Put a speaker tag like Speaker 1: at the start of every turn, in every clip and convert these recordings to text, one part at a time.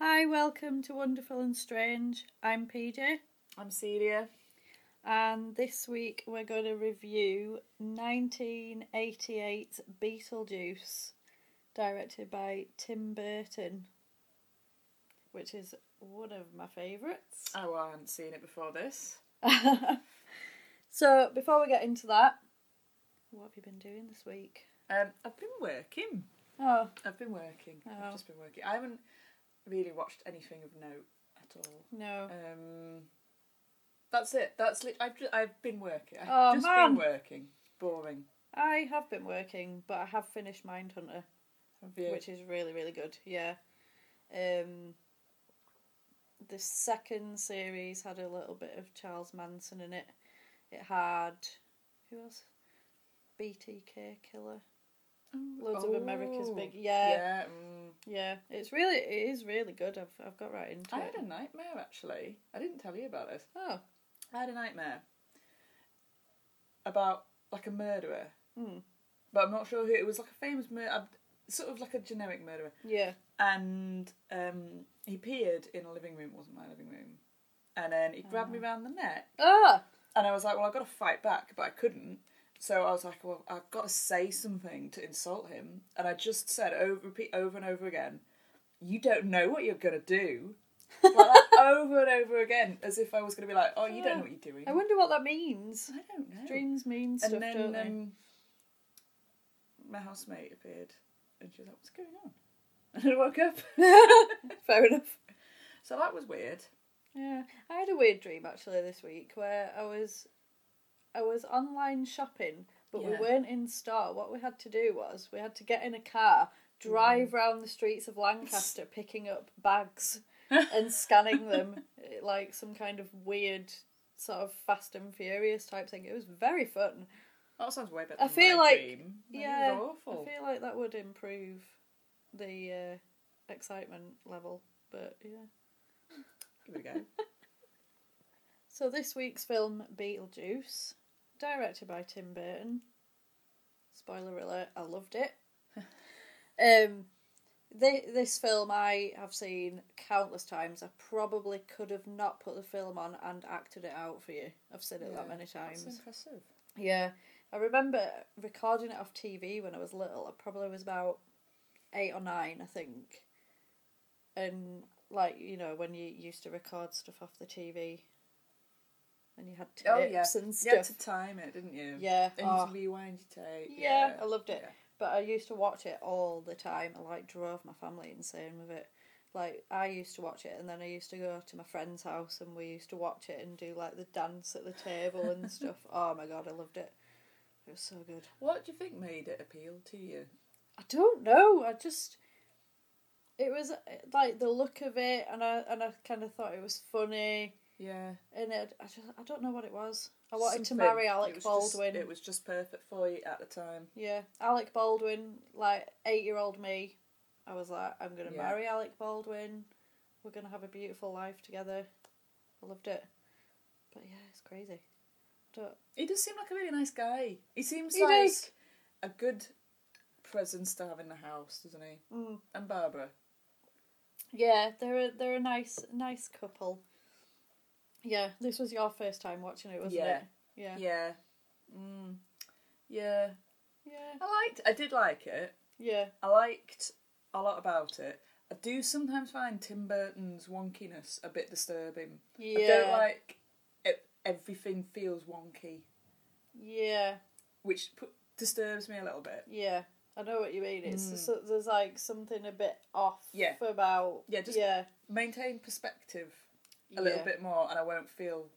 Speaker 1: Hi, welcome to Wonderful and Strange. I'm PJ,
Speaker 2: I'm Celia.
Speaker 1: and this week we're going to review 1988's Beetlejuice, directed by Tim Burton, which is one of my favourites.
Speaker 2: Oh, I hadn't seen it before this.
Speaker 1: So, before we get into that, what have you been doing this week?
Speaker 2: Um, I've been working.
Speaker 1: Oh,
Speaker 2: I've been working.
Speaker 1: Oh.
Speaker 2: I've just been working. I haven't really watched anything of note at all.
Speaker 1: no.
Speaker 2: Um, that's it. That's lit. I've just, I've been working. I've
Speaker 1: Oh,
Speaker 2: just
Speaker 1: man.
Speaker 2: been working. Boring.
Speaker 1: I have been working, but I have finished Mindhunter.
Speaker 2: Have you?
Speaker 1: which is really really good. Yeah, um, the second series had a little bit of Charles Manson in it. It had who else? BTK Killer. Loads of America's
Speaker 2: Mm, Oh,
Speaker 1: big. Yeah,
Speaker 2: yeah, mm.
Speaker 1: yeah, It's really it is really good. I've I've got right into
Speaker 2: I
Speaker 1: it.
Speaker 2: had a nightmare actually. I didn't tell you about this.
Speaker 1: Oh,
Speaker 2: I had a nightmare about like a murderer,
Speaker 1: Hmm.
Speaker 2: but I'm not sure who. It was like a famous murder, sort of like a generic murderer.
Speaker 1: yeah,
Speaker 2: and um, he peered in a living room. It wasn't my living room. And then he grabbed me
Speaker 1: Oh.
Speaker 2: round the neck,
Speaker 1: ah,
Speaker 2: and I was like, "Well, I've got to fight back," but I couldn't. So I was like, "Well, I've got to say something to insult him," and I just said over, repeat over and over again, "You don't know what you're gonna do." like that over and over again, as if I was gonna be like, "Oh, you don't know what you're doing."
Speaker 1: I wonder what that means.
Speaker 2: I don't know.
Speaker 1: Dreams mean
Speaker 2: and
Speaker 1: stuff, don't
Speaker 2: then
Speaker 1: they?
Speaker 2: um, my housemate appeared, and she was like, "What's going on?" And I woke up.
Speaker 1: Fair enough.
Speaker 2: So that was weird.
Speaker 1: Yeah, I had a weird dream actually this week where I was, I was online shopping, but we
Speaker 2: Yeah.
Speaker 1: weren't in store. What we had to do was we had to get in a car,
Speaker 2: Mm.
Speaker 1: drive round the streets of Lancaster, picking up bags and scanning them eh, like some kind of weird sort of Fast and Furious type thing. It was very fun.
Speaker 2: That sounds way better.
Speaker 1: I
Speaker 2: than
Speaker 1: feel
Speaker 2: my
Speaker 1: like
Speaker 2: dream. That
Speaker 1: yeah,
Speaker 2: was awful.
Speaker 1: I feel like that would improve the uh, excitement level, but yeah.
Speaker 2: Give it a go.
Speaker 1: So this week's film, Beetlejuice, directed by Tim Burton. Spoiler alert: I loved it. um, thi- this film I have seen countless times. I probably could have not put the film on and acted it out for you. I've seen it that many times.
Speaker 2: That's impressive.
Speaker 1: Yeah, I remember recording it off TV when I was little. I probably was about eight or nine, I think. And like you know, when you used to record stuff off the TV, and you had tapes
Speaker 2: Oh yeah,
Speaker 1: and
Speaker 2: you had
Speaker 1: stuff.
Speaker 2: to time it, didn't you?
Speaker 1: Yeah,
Speaker 2: And you had
Speaker 1: oh.
Speaker 2: to rewind your tape.
Speaker 1: Yeah, I loved it.
Speaker 2: yeah.
Speaker 1: But I used to watch it all the time. I like drove my family insane with it. Like I used to watch it, and then I used to go to my friend's house, and we used to watch it and do like the dance at the table and stuff. oh my god, I loved it. It was so good.
Speaker 2: What do you think made it appeal to you?
Speaker 1: I don't know. I just it was uh, like the look of it, and I and I kind of thought it was funny,
Speaker 2: Yeah.
Speaker 1: and it, I just I don't know what it was. I wanted
Speaker 2: Something-
Speaker 1: to marry
Speaker 2: it
Speaker 1: Alec
Speaker 2: was
Speaker 1: Baldwin.
Speaker 2: Just, it was just perfect for you at the time.
Speaker 1: Yeah, Alec Baldwin, like eight year old me, I was like, I'm gonna
Speaker 2: Yeah.
Speaker 1: marry Alec Baldwin. We're gonna have a beautiful life together. I loved it, but yeah, it's crazy. Don't,
Speaker 2: He does seem like a really nice guy. He seems
Speaker 1: He
Speaker 2: like
Speaker 1: does.
Speaker 2: a good presence to have in the house, doesn't he? Mm. And Barbara.
Speaker 1: yeah, they're a, they're a nice nice couple. Yeah, this was your first time watching it, wasn't
Speaker 2: Yeah.
Speaker 1: it? Yeah. yeah,
Speaker 2: Yeah. Mm. Yeah.
Speaker 1: yeah,
Speaker 2: I liked. I did like it.
Speaker 1: yeah,
Speaker 2: I liked a lot about it. I do sometimes find Tim Burton's wonkiness a bit disturbing. I don't
Speaker 1: Yeah.
Speaker 2: like it, everything feels wonky,
Speaker 1: yeah,
Speaker 2: which pu- disturbs me a little bit.
Speaker 1: yeah. I know what you mean. It's so- there's like something a bit off
Speaker 2: Hmm. Yeah.
Speaker 1: about
Speaker 2: Yeah, just-
Speaker 1: yeah,
Speaker 2: Maintain perspective a little
Speaker 1: yeah.
Speaker 2: bit more, and I won't feel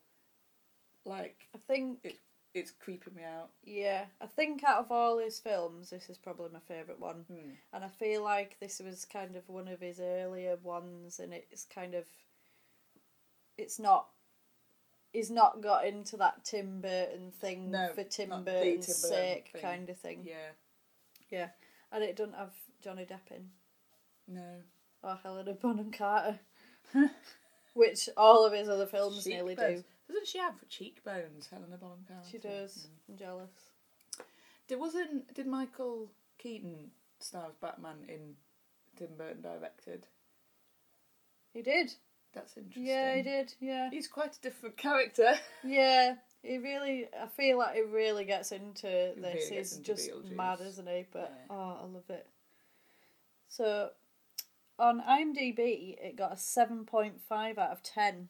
Speaker 2: like
Speaker 1: I think
Speaker 2: it, it's creeping me out.
Speaker 1: Yeah, I think out of all his films, this is probably my favourite one.
Speaker 2: Hmm.
Speaker 1: And I feel like this was kind of one of his earlier ones, and it's kind of. It's not. He's not got into that Tim Burton thing
Speaker 2: No,
Speaker 1: Mm, for Tim
Speaker 2: not the
Speaker 1: Burton's
Speaker 2: Tim Burton
Speaker 1: sake
Speaker 2: thing.
Speaker 1: kind of thing.
Speaker 2: Yeah.
Speaker 1: Yeah. And it doesn't have Johnny Depp in,
Speaker 2: No. Oh,
Speaker 1: or Helena Bonham Carter, which all of his other films nearly do.
Speaker 2: Cheekbones. Doesn't she have cheekbones, Helena Bonham Carter?
Speaker 1: She does. I'm jealous.
Speaker 2: There wasn't. Did Michael Keaton star as Batman in Tim Burton directed?
Speaker 1: He did.
Speaker 2: That's interesting.
Speaker 1: Yeah, he did. Yeah.
Speaker 2: He's quite a different character.
Speaker 1: Yeah, he really. I feel like he really gets into this.
Speaker 2: really gets
Speaker 1: He's
Speaker 2: into
Speaker 1: just
Speaker 2: Beetlejuice.
Speaker 1: mad, isn't he? But oh, I love it. So, on IMDb, it got a seven point five out of ten,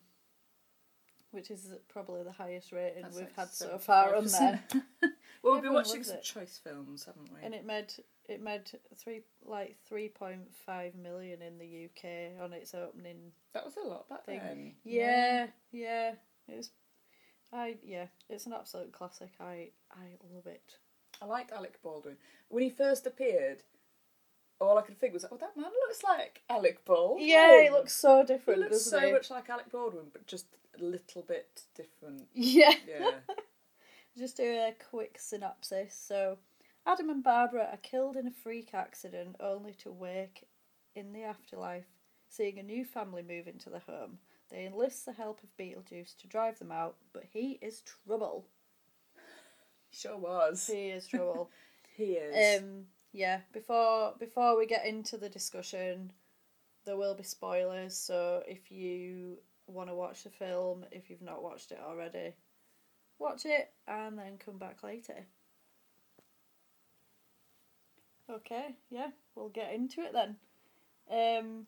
Speaker 1: which is probably the highest rating
Speaker 2: That's
Speaker 1: we've
Speaker 2: like
Speaker 1: had so
Speaker 2: 75%.
Speaker 1: far on there.
Speaker 2: well, we've been
Speaker 1: Everyone
Speaker 2: watching
Speaker 1: loves
Speaker 2: some
Speaker 1: it.
Speaker 2: choice films, haven't we?
Speaker 1: and it made it made three like three point five million in the UK on its opening
Speaker 2: that was a lot back
Speaker 1: thing.
Speaker 2: then.
Speaker 1: Yeah, yeah. It's I yeah, it's an absolute classic. I I love it.
Speaker 2: I liked Alec Baldwin when he first appeared. All I could think was, oh, that man looks like Alec Baldwin.
Speaker 1: Yeah, it looks so
Speaker 2: He
Speaker 1: different,
Speaker 2: looks
Speaker 1: doesn't
Speaker 2: so
Speaker 1: it?
Speaker 2: much like Alec Baldwin, but just a little bit different.
Speaker 1: Yeah.
Speaker 2: Yeah.
Speaker 1: Just do a quick synopsis. So, Adam and Barbara are killed in a freak accident only to wake in the afterlife, seeing a new family move into the home. They enlist the help of Beetlejuice to drive them out, but he is trouble.
Speaker 2: sure was.
Speaker 1: He is trouble.
Speaker 2: He is.
Speaker 1: Um, yeah, before before we get into the discussion, there will be spoilers. So if you want to watch the film, if you've not watched it already, watch it and then come back later. Okay, yeah, we'll get into it then. Um,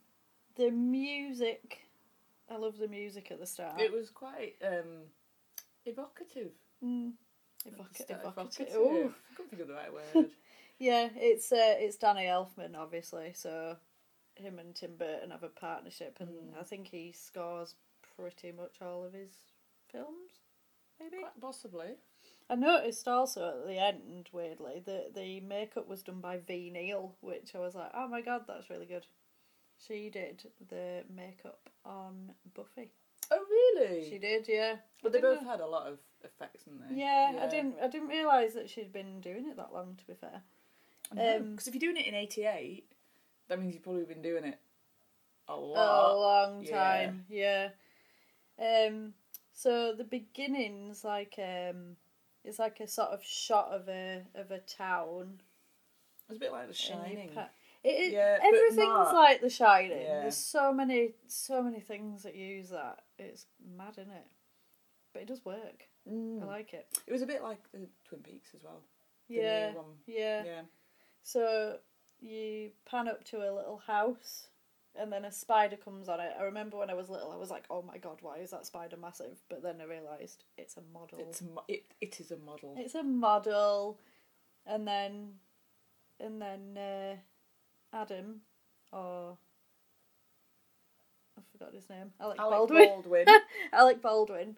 Speaker 1: the music, I love the music at the start.
Speaker 2: it was quite um, evocative.
Speaker 1: Evoca-
Speaker 2: Evocative.
Speaker 1: evocative.
Speaker 2: Ooh.
Speaker 1: Ooh.
Speaker 2: I couldn't think of the right word.
Speaker 1: Yeah, it's uh, it's Danny Elfman, obviously. So him and Tim Burton have a partnership, and
Speaker 2: Hmm.
Speaker 1: I think he scores pretty much all of his films. Maybe
Speaker 2: Quite possibly.
Speaker 1: I noticed also at the end, weirdly, that the makeup was done by V Neal, which I was like, oh my god, that's really good. She did the makeup on Buffy.
Speaker 2: Oh, really?
Speaker 1: She did, yeah.
Speaker 2: But they
Speaker 1: Didn't
Speaker 2: both had a lot of effects, didn't they?
Speaker 1: Yeah, I didn't. I didn't realize that she'd been doing it that long. To be fair, um,
Speaker 2: Because if you're doing it in '88, that means you've probably been doing it a lot.
Speaker 1: a long
Speaker 2: Yeah.
Speaker 1: time. Yeah. Um. So the beginnings, like, um, it's like a sort of shot of a of a town.
Speaker 2: It's a bit like The
Speaker 1: and you
Speaker 2: Shining.
Speaker 1: pa- It, it,
Speaker 2: Yeah, but
Speaker 1: everything's
Speaker 2: not-
Speaker 1: like The Shining.
Speaker 2: Yeah.
Speaker 1: There's so many, so many things that use that. It's mad, isn't it? But it does work. I like it.
Speaker 2: It was a bit like the Twin Peaks as well. Mm. The new
Speaker 1: Yeah,
Speaker 2: one.
Speaker 1: yeah.
Speaker 2: Yeah.
Speaker 1: So you pan up to a little house, and then a spider comes on it. I remember when I was little, I was like, "Oh my god, why is that spider massive?" But then I realised it's a model.
Speaker 2: It's a mo- it, it is a model.
Speaker 1: It's a model, and then, and then uh, Adam, or I forgot his name, Alec,
Speaker 2: Alec
Speaker 1: Baldwin.
Speaker 2: Baldwin.
Speaker 1: Alec Baldwin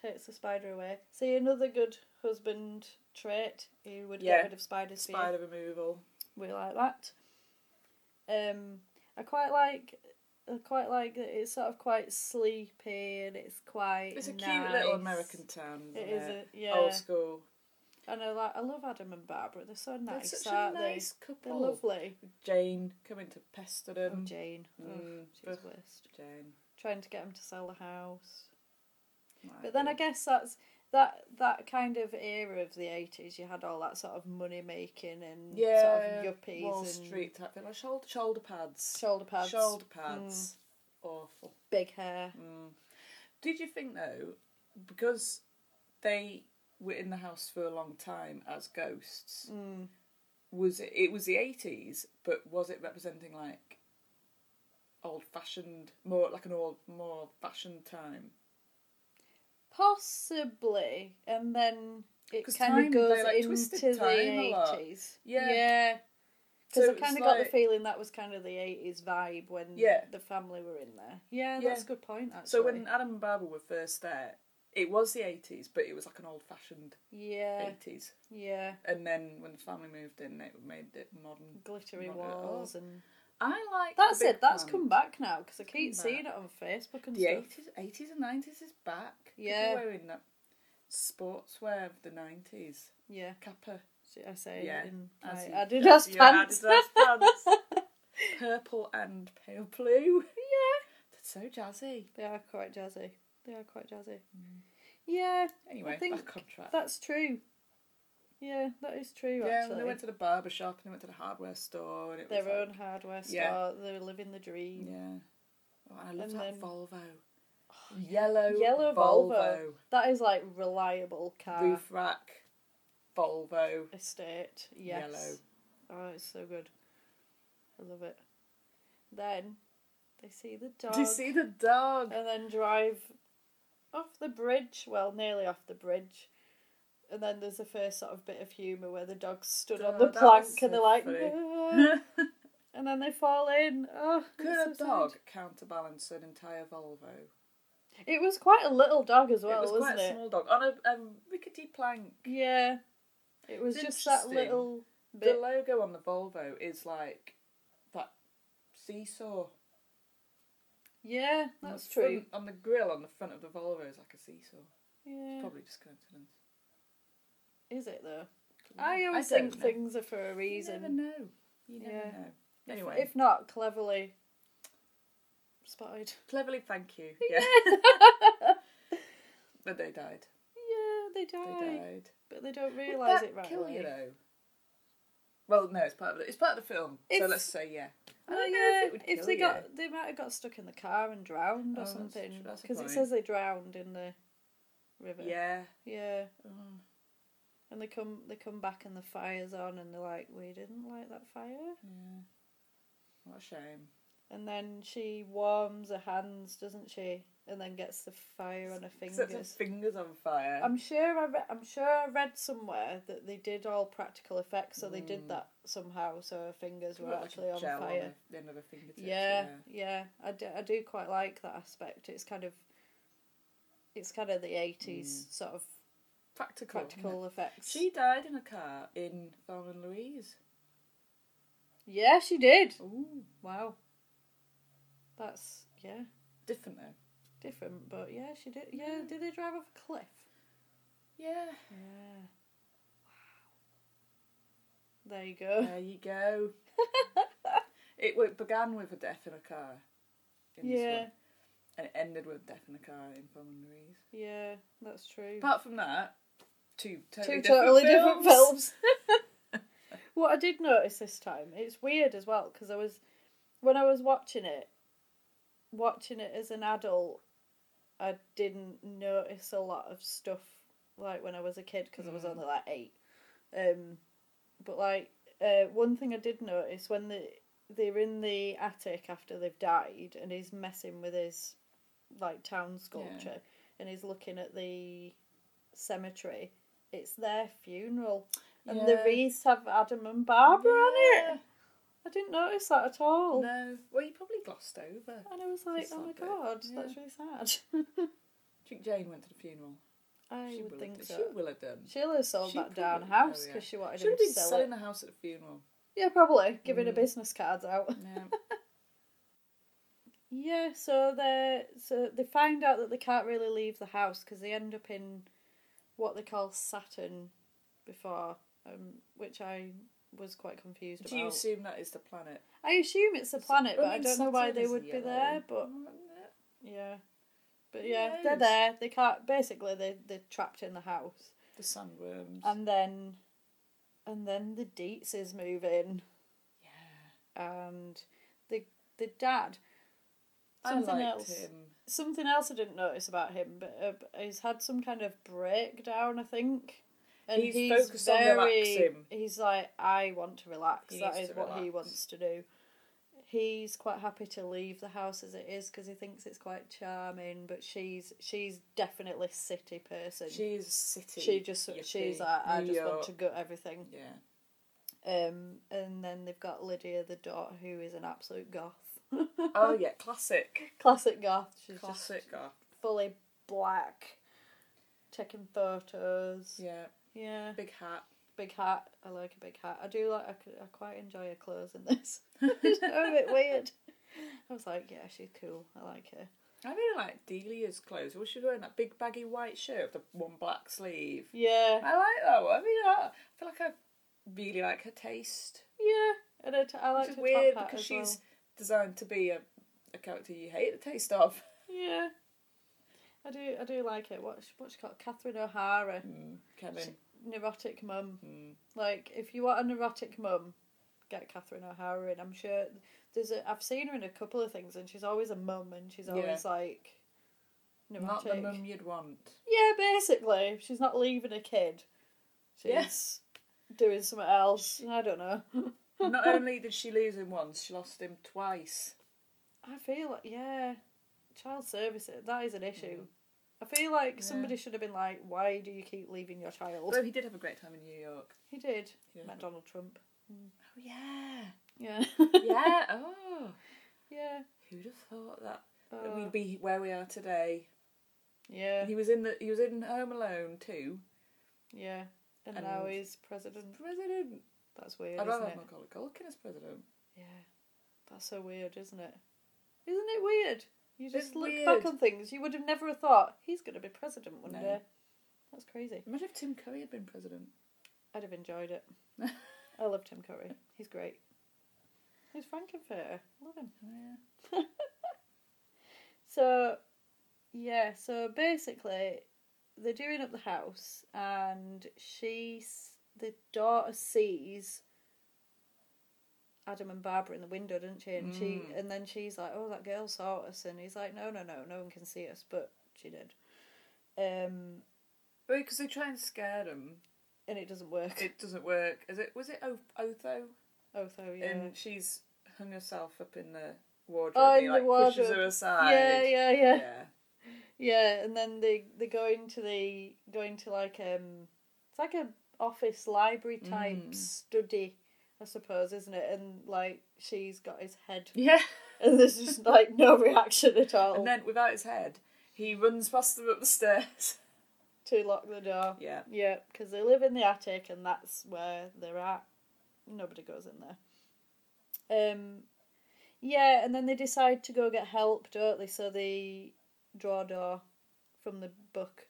Speaker 1: takes the spider away. See another good husband trait. He would
Speaker 2: Yeah.
Speaker 1: get rid of spiders. for you.
Speaker 2: Spider removal.
Speaker 1: we like that. Um, I quite like. I quite like that it's sort of quite sleepy and it's quite.
Speaker 2: It's a cute
Speaker 1: nice.
Speaker 2: little American town. Isn't
Speaker 1: It is
Speaker 2: it?
Speaker 1: a- yeah.
Speaker 2: Old school.
Speaker 1: I know, like I love Adam and Barbara. They're so
Speaker 2: They're
Speaker 1: nice.
Speaker 2: such a
Speaker 1: aren't they?
Speaker 2: nice
Speaker 1: They're
Speaker 2: couple.
Speaker 1: lovely.
Speaker 2: Jane coming to Pesterden.
Speaker 1: Oh, Jane. Oh,
Speaker 2: Mm,
Speaker 1: she's
Speaker 2: but-
Speaker 1: worst.
Speaker 2: Jane.
Speaker 1: Trying to get him to sell the house.
Speaker 2: Right.
Speaker 1: But then I guess that's that that kind of era of the eighties. You had all that sort of money making and
Speaker 2: yeah,
Speaker 1: Mm, sort of yuppies
Speaker 2: Wall
Speaker 1: and
Speaker 2: Street type thing, like shoulder shoulder pads,
Speaker 1: Shoulder pads. Mm.
Speaker 2: shoulder pads. Awful.
Speaker 1: big hair.
Speaker 2: Did you think though, because they were in the house for a long time as ghosts,
Speaker 1: Mm.
Speaker 2: was it? It was the eighties, but was it representing like old fashioned, more like an old, more old fashioned time?
Speaker 1: Possibly, and then it
Speaker 2: 'Cause
Speaker 1: kind
Speaker 2: time,
Speaker 1: of goes
Speaker 2: they, like, twisted
Speaker 1: into the
Speaker 2: time a lot.
Speaker 1: eighties.
Speaker 2: Yeah.
Speaker 1: Because
Speaker 2: So
Speaker 1: I
Speaker 2: it's
Speaker 1: kind of got the
Speaker 2: like-
Speaker 1: feeling that was kind of the eighties vibe when
Speaker 2: Yeah.
Speaker 1: the family were in there. Yeah,
Speaker 2: Yeah.
Speaker 1: that's a good point. Actually,
Speaker 2: So when Adam and Barbara were first there, it was the eighties, but it was like an old fashioned
Speaker 1: yeah,
Speaker 2: eighties.
Speaker 1: yeah,
Speaker 2: And then when the family moved in, it made it modern,
Speaker 1: glittery
Speaker 2: modern-
Speaker 1: walls
Speaker 2: oh.
Speaker 1: and
Speaker 2: I like
Speaker 1: that's
Speaker 2: the big
Speaker 1: it. That's
Speaker 2: plan.
Speaker 1: come back now because I keep
Speaker 2: come
Speaker 1: seeing it
Speaker 2: back.
Speaker 1: on Facebook and
Speaker 2: The
Speaker 1: stuff.
Speaker 2: eighties, eighties and nineties is back. People
Speaker 1: Yeah.
Speaker 2: wearing that sportswear of the nineties,
Speaker 1: Yeah,
Speaker 2: kappa.
Speaker 1: See, I say
Speaker 2: Yeah,
Speaker 1: in my
Speaker 2: as you-
Speaker 1: Adidas
Speaker 2: yeah,
Speaker 1: pants.
Speaker 2: Adidas pants. Purple and pale blue. Yeah, so jazzy.
Speaker 1: They are quite jazzy. They are quite jazzy.
Speaker 2: Mm.
Speaker 1: Yeah,
Speaker 2: Anyway,
Speaker 1: I think
Speaker 2: back on track.
Speaker 1: that's true. Yeah, that is true.
Speaker 2: yeah,
Speaker 1: actually,
Speaker 2: and they went to the barber shop and they went to the hardware store and it
Speaker 1: their
Speaker 2: was
Speaker 1: own
Speaker 2: like,
Speaker 1: hardware store.
Speaker 2: Yeah.
Speaker 1: They're living the dream.
Speaker 2: Yeah. Oh, and I love
Speaker 1: And
Speaker 2: that
Speaker 1: then- Oh,
Speaker 2: Volvo. Yellow,
Speaker 1: Yellow Volvo.
Speaker 2: Volvo.
Speaker 1: That is like reliable car
Speaker 2: Roof rack. Volvo.
Speaker 1: estate. Yes.
Speaker 2: Yellow.
Speaker 1: Oh, it's so good. I love it. Then they see the dog.
Speaker 2: Do you see the dog?
Speaker 1: and then drive off the bridge. Well, nearly off the bridge. And then there's the first sort of bit of humour where the dog stood on
Speaker 2: Oh,
Speaker 1: the
Speaker 2: that
Speaker 1: plank
Speaker 2: was
Speaker 1: and
Speaker 2: so
Speaker 1: they're like,
Speaker 2: funny.
Speaker 1: "No." and then they fall in. Oh,
Speaker 2: Could a
Speaker 1: Uh, it's so
Speaker 2: dog
Speaker 1: sad.
Speaker 2: counterbalance an entire Volvo?
Speaker 1: It was quite a little dog as well,
Speaker 2: it was
Speaker 1: was
Speaker 2: quite
Speaker 1: not
Speaker 2: a
Speaker 1: it?
Speaker 2: small dog on a, a rickety plank.
Speaker 1: Yeah, it was
Speaker 2: It's
Speaker 1: just that
Speaker 2: interesting.
Speaker 1: little bit.
Speaker 2: The logo on the Volvo is like that seesaw.
Speaker 1: yeah,
Speaker 2: On the
Speaker 1: that's true.
Speaker 2: front- on the grill on the front of the Volvo is like a seesaw.
Speaker 1: Yeah.
Speaker 2: It's probably just coincidence.
Speaker 1: Is it though? I always
Speaker 2: Mm, don't
Speaker 1: think
Speaker 2: know.
Speaker 1: things are for a
Speaker 2: You
Speaker 1: reason.
Speaker 2: never know. You never
Speaker 1: Yeah.
Speaker 2: know.
Speaker 1: If-
Speaker 2: Anyway,
Speaker 1: if not, cleverly spotted.
Speaker 2: cleverly, thank you. Yeah. but they died.
Speaker 1: Yeah, they
Speaker 2: They
Speaker 1: die,
Speaker 2: died.
Speaker 1: but they don't
Speaker 2: Would
Speaker 1: realise
Speaker 2: that
Speaker 1: it right
Speaker 2: kill
Speaker 1: away.
Speaker 2: you though? Well, no, it's part of the, it's part of the film. so
Speaker 1: If-
Speaker 2: let's say yeah. I
Speaker 1: Well,
Speaker 2: don't know
Speaker 1: Oh, yeah,
Speaker 2: it would
Speaker 1: if
Speaker 2: kill
Speaker 1: they
Speaker 2: you.
Speaker 1: got, they might have got stuck in the car and drowned
Speaker 2: Oh,
Speaker 1: or
Speaker 2: that's tr-
Speaker 1: something.
Speaker 2: that's a
Speaker 1: Because it
Speaker 2: point.
Speaker 1: says they drowned in the river.
Speaker 2: Yeah.
Speaker 1: Yeah. um, And they come, they come back, and the fire's on, and they're like, "We didn't light that fire."
Speaker 2: Hmm. What a shame.
Speaker 1: And then she warms her hands, doesn't she? And then gets the fire on her
Speaker 2: Sets her
Speaker 1: fingers.
Speaker 2: fingers on fire.
Speaker 1: I'm sure I re- I'm sure I read somewhere that they did all practical effects, so they
Speaker 2: Hmm.
Speaker 1: did that somehow, so her fingers were
Speaker 2: Like
Speaker 1: actually on
Speaker 2: gel
Speaker 1: fire.
Speaker 2: On the end of her fingertips.
Speaker 1: yeah, yeah, I do, I do quite like that aspect. It's kind of, it's kind of the eighties sort of
Speaker 2: Practical. isn't
Speaker 1: practical
Speaker 2: it?
Speaker 1: effects.
Speaker 2: Hmm. She died in a car in Thelma and Louise.
Speaker 1: yeah, she did.
Speaker 2: Ooh.
Speaker 1: Wow, that's yeah
Speaker 2: Different though.
Speaker 1: different, but yeah, she did. Yeah, did they drive off a cliff?
Speaker 2: Yeah.
Speaker 1: Yeah. There you go.
Speaker 2: There you go. it, w began with a death in a car. In This
Speaker 1: Yeah.
Speaker 2: one, and it ended with a death in a car in Thelma and Louise.
Speaker 1: Yeah, that's true.
Speaker 2: Apart from that, two totally,
Speaker 1: two
Speaker 2: different,
Speaker 1: totally
Speaker 2: films.
Speaker 1: different films. what I did notice this time, it's weird as well because I was when I was watching it, watching it as an adult, I didn't notice a lot of stuff like when I was a kid because I was only like eight. Um, but like uh, one thing I did notice when the they're in the attic after they've died and he's messing with his like town sculpture and he's looking at the cemetery. It's their funeral, and the
Speaker 2: Yeah.
Speaker 1: wreaths have Adam and Barbara on it. Oh. I didn't notice that at all,
Speaker 2: No. Well, you probably glossed over.
Speaker 1: and I was like,
Speaker 2: Just
Speaker 1: "Oh my
Speaker 2: that bit,
Speaker 1: god,
Speaker 2: yeah.
Speaker 1: that's really sad."
Speaker 2: I think Jane went to the funeral.
Speaker 1: I
Speaker 2: she
Speaker 1: would
Speaker 2: will
Speaker 1: think
Speaker 2: have,
Speaker 1: so.
Speaker 2: She will have done.
Speaker 1: She'll have sold
Speaker 2: She
Speaker 1: that down
Speaker 2: probably-
Speaker 1: house
Speaker 2: oh, yeah.
Speaker 1: because she wanted
Speaker 2: Should
Speaker 1: him
Speaker 2: have
Speaker 1: to
Speaker 2: been Mm.
Speaker 1: sell
Speaker 2: selling
Speaker 1: it.
Speaker 2: the house at the funeral.
Speaker 1: Yeah, probably giving her business cards out.
Speaker 2: Yeah.
Speaker 1: Yeah, so they so they find out that they can't really leave the house because they end up in what they call Saturn before, um, which I was quite confused
Speaker 2: Do
Speaker 1: about.
Speaker 2: you assume that is the planet?
Speaker 1: I assume it's a planet, but
Speaker 2: I
Speaker 1: I
Speaker 2: mean,
Speaker 1: don't know why
Speaker 2: Saturn
Speaker 1: they
Speaker 2: is
Speaker 1: would be
Speaker 2: yellow.
Speaker 1: there. But yeah, but yeah,
Speaker 2: Who
Speaker 1: they're
Speaker 2: knows?
Speaker 1: there. They can't. Basically, they they're trapped in the house,
Speaker 2: The sandworms.
Speaker 1: and then, and then the Deetses move in, and the the dad.
Speaker 2: I
Speaker 1: Something
Speaker 2: liked
Speaker 1: else
Speaker 2: him.
Speaker 1: something else I didn't notice about him, but uh, he's had some kind of breakdown, I think. And
Speaker 2: He's focused on relaxing.
Speaker 1: He's like, I want to relax.
Speaker 2: He
Speaker 1: that
Speaker 2: needs
Speaker 1: is
Speaker 2: to
Speaker 1: what he
Speaker 2: relax.
Speaker 1: wants to do. He's quite happy to leave the house as it is because he thinks it's quite charming. But she's she's definitely city person. She,
Speaker 2: She's city.
Speaker 1: just
Speaker 2: yuppie,
Speaker 1: she's like, I
Speaker 2: New
Speaker 1: just
Speaker 2: York."
Speaker 1: want to gut everything.
Speaker 2: Yeah.
Speaker 1: Um, and then they've got Lydia, the daughter, who is an absolute goth,
Speaker 2: Oh yeah, classic.
Speaker 1: classic goth. She's just
Speaker 2: Classic. Oh,
Speaker 1: fully black, taking photos.
Speaker 2: yeah.
Speaker 1: Yeah. Big,
Speaker 2: Big hat.
Speaker 1: hat. I like a big hat. I do like. I, c- I quite enjoy her clothes in this. It's a bit weird. I was like, yeah, she's cool. I like her.
Speaker 2: I really like Delia's clothes. Was she wearing that big baggy white shirt with the one black sleeve?
Speaker 1: Yeah.
Speaker 2: I like that one. I mean, I I feel like I really like her taste.
Speaker 1: Yeah. And her t- I like
Speaker 2: Which is
Speaker 1: her
Speaker 2: weird
Speaker 1: top hat
Speaker 2: because
Speaker 1: as
Speaker 2: she's
Speaker 1: well.
Speaker 2: designed to be a, a character you hate the taste of.
Speaker 1: Yeah. I do. I do like it. What's what's she called? Catherine O'Hara.
Speaker 2: Kevin.
Speaker 1: neurotic mum. Like, if you want a neurotic mum, get Catherine O'Hara in. I'm sure there's a. I've seen her in a couple of things, and she's always a mum, and she's always like
Speaker 2: Not
Speaker 1: neurotic.
Speaker 2: the mum you'd want.
Speaker 1: yeah, basically, If she's not leaving a kid. She's
Speaker 2: Yes.
Speaker 1: doing something else. I don't know.
Speaker 2: Not only did she lose him once, she lost him twice.
Speaker 1: I feel like yeah, child services that is an issue. Hmm. I feel like somebody should have been like, "Why do you keep leaving your child?"
Speaker 2: Although he did have a great time in New York.
Speaker 1: He did.
Speaker 2: Yeah.
Speaker 1: Met Donald Trump.
Speaker 2: Oh yeah.
Speaker 1: Yeah.
Speaker 2: Yeah. oh.
Speaker 1: yeah.
Speaker 2: Who'd have thought that, that we'd be where we are today?
Speaker 1: Yeah.
Speaker 2: He was in the he was in Home Alone too.
Speaker 1: Yeah, and,
Speaker 2: And-
Speaker 1: now he's president.
Speaker 2: President.
Speaker 1: That's weird,
Speaker 2: I'd
Speaker 1: isn't
Speaker 2: rather
Speaker 1: it?
Speaker 2: have Macaulay Culkin as president.
Speaker 1: Yeah, that's so weird, isn't it? Isn't it weird? You just
Speaker 2: It's
Speaker 1: look
Speaker 2: weird.
Speaker 1: back on things you would have never have thought he's going to be president one
Speaker 2: No.
Speaker 1: day. That's crazy.
Speaker 2: Imagine if Tim Curry had been president.
Speaker 1: I'd have enjoyed it. I love Tim Curry. He's great. He's Frankenfurter. Love him.
Speaker 2: Oh,
Speaker 1: so, yeah, so basically, they're doing up the house, and she, s- the daughter sees Adam and Barbara in the window, doesn't she? And, she,
Speaker 2: Mm.
Speaker 1: and then she's like, oh, that girl saw us. And he's like, no, no, no, no one can see us, but she did. Um,
Speaker 2: Because they try and scare him.
Speaker 1: and it doesn't work.
Speaker 2: It doesn't work. Is it? Was it O- Otho?
Speaker 1: Otho, yeah.
Speaker 2: And she's hung herself up in the wardrobe.
Speaker 1: Oh,
Speaker 2: and he,
Speaker 1: in
Speaker 2: like,
Speaker 1: the
Speaker 2: pushes her
Speaker 1: wardrobe.
Speaker 2: aside.
Speaker 1: Yeah, yeah, yeah, yeah.
Speaker 2: Yeah.
Speaker 1: and then they they go into the going to like um it's like a office library type
Speaker 2: Mm.
Speaker 1: study, I suppose, isn't it? And like she's got his head
Speaker 2: Yeah.
Speaker 1: and there's just like no reaction at all
Speaker 2: And then without his head, he runs past them up the stairs.
Speaker 1: to lock the door.
Speaker 2: Yeah.
Speaker 1: Yeah, because they live in the attic and that's where they're at. Nobody goes in there. Um, yeah, and then they decide to go get help, don't they? So they draw a door from the book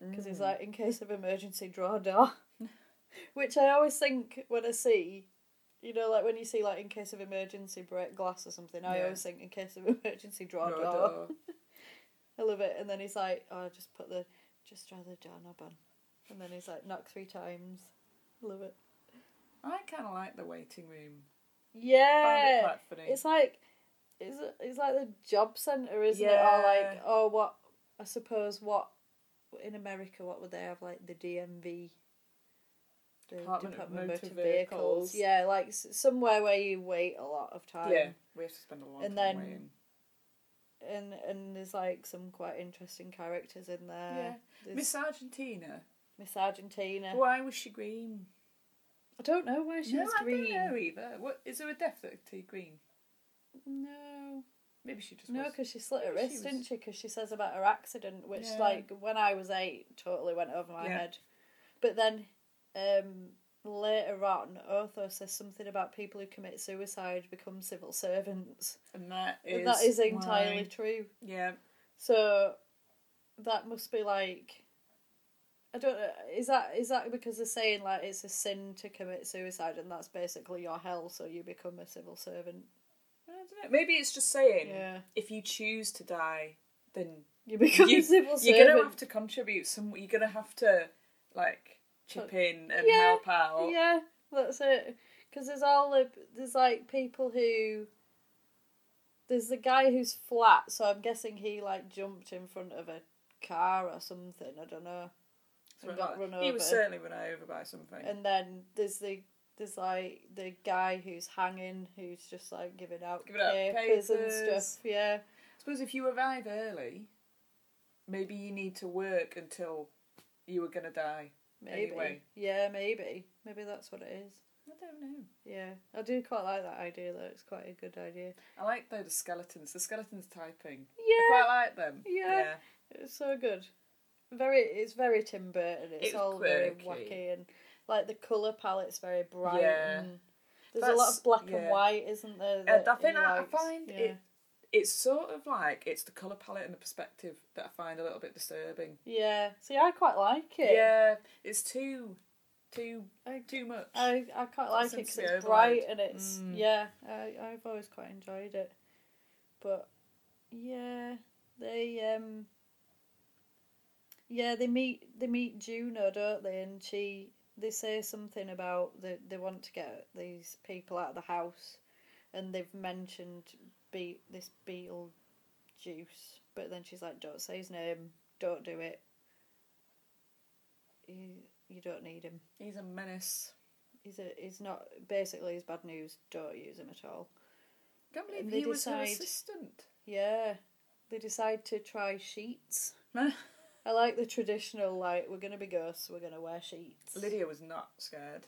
Speaker 1: because it's like in case of emergency, draw a door. Which I always think when I see, you know, like when you see like in case of emergency, break glass or something. I
Speaker 2: Yeah.
Speaker 1: always think in case of emergency, draw,
Speaker 2: Door,
Speaker 1: a door.
Speaker 2: door.
Speaker 1: I love it. And then he's like, oh, I just put the, just draw the doorknob on. And then he's like, knock three times. I love it.
Speaker 2: I kind of like the waiting room.
Speaker 1: Yeah.
Speaker 2: quite funny.
Speaker 1: It's like, it's, it's like the job centre, isn't it? Or like,
Speaker 2: Yeah.
Speaker 1: oh, what, I suppose what, in America, what would they have? Like the DMV. The
Speaker 2: Department of Motor Vehicles.
Speaker 1: Yeah, like s- somewhere where you wait a lot of time.
Speaker 2: Yeah. We have to spend a long
Speaker 1: And
Speaker 2: time
Speaker 1: then-
Speaker 2: waiting.
Speaker 1: And and there's like some quite interesting characters in
Speaker 2: Yeah.
Speaker 1: there. uh, There's
Speaker 2: Miss Argentina.
Speaker 1: Miss Argentina.
Speaker 2: Why was she green?
Speaker 1: I don't know why she was green.
Speaker 2: I don't know either. What is there a death that tea green?
Speaker 1: No,
Speaker 2: Maybe she just
Speaker 1: no,
Speaker 2: was.
Speaker 1: because she slit her
Speaker 2: Maybe she
Speaker 1: wrist, didn't
Speaker 2: was-
Speaker 1: she? Because she says about her accident, which
Speaker 2: Yeah.
Speaker 1: like when I was eight, totally went over my
Speaker 2: Yeah.
Speaker 1: head. But then, um, later on, Otho says something about people who commit suicide become civil servants.
Speaker 2: And that is
Speaker 1: And that is entirely
Speaker 2: why-
Speaker 1: true.
Speaker 2: Yeah.
Speaker 1: So that must be like I don't know. Is that is that because they're saying like it's a sin to commit suicide and that's basically your hell, so you become a civil servant.
Speaker 2: I don't know. Maybe it's just saying
Speaker 1: Yeah.
Speaker 2: if you choose to die, then
Speaker 1: You become
Speaker 2: you,
Speaker 1: a civil
Speaker 2: you're
Speaker 1: servant.
Speaker 2: gonna have to contribute some. You're gonna have to like chip in and
Speaker 1: Yeah,
Speaker 2: help out.
Speaker 1: Yeah, that's it. Because there's all the there's like people who there's the guy who's flat, so I'm guessing he like jumped in front of a car or something. I don't know.
Speaker 2: So
Speaker 1: And got run
Speaker 2: He was
Speaker 1: over.
Speaker 2: certainly run over by something.
Speaker 1: And then there's the there's like the guy who's hanging, who's just like giving out
Speaker 2: Giving out
Speaker 1: papers, and
Speaker 2: papers.
Speaker 1: stuff. Yeah,
Speaker 2: I suppose if you arrive early, maybe you need to work until you were gonna die.
Speaker 1: maybe.
Speaker 2: Anyway.
Speaker 1: Yeah, maybe. Maybe that's what it is.
Speaker 2: I don't know.
Speaker 1: Yeah, I do quite like that idea though. It's quite a good idea.
Speaker 2: I like though the skeletons. The skeletons typing.
Speaker 1: Yeah.
Speaker 2: I quite like them.
Speaker 1: Yeah. It's so good. Very, it's very Tim Burton. It's,
Speaker 2: It's
Speaker 1: all
Speaker 2: quirky.
Speaker 1: very wacky and like the color palette's very bright.
Speaker 2: Yeah.
Speaker 1: And there's a lot
Speaker 2: That's-
Speaker 1: of black and
Speaker 2: yeah.
Speaker 1: white, isn't there?
Speaker 2: Uh,
Speaker 1: mm, that
Speaker 2: I think
Speaker 1: he
Speaker 2: I, I
Speaker 1: likes?
Speaker 2: find
Speaker 1: Yeah.
Speaker 2: it. It's sort of like it's the color palette and the perspective that I find a little bit disturbing.
Speaker 1: Yeah. See, I quite like it.
Speaker 2: Yeah, it's too, too,
Speaker 1: I-
Speaker 2: too much.
Speaker 1: I, I quite like it because
Speaker 2: Since the Mm.
Speaker 1: it's
Speaker 2: overload.
Speaker 1: bright and it's yeah. I I've always quite enjoyed it, but yeah, they um. Yeah, they meet they meet Juno, don't they? And she they say something about that they want to get these people out of the house, and they've mentioned be this beetle juice, but then she's like, "Don't say his name. Don't do it. You you don't need him."
Speaker 2: He's a menace.
Speaker 1: he's a, he's not basically he's bad news. Don't use him at all.
Speaker 2: Can't believe
Speaker 1: And they
Speaker 2: he was her
Speaker 1: decide-
Speaker 2: assistant.
Speaker 1: Yeah, they decide to try sheets. I like the traditional like we're gonna be ghosts, we're gonna wear sheets.
Speaker 2: Lydia was not scared.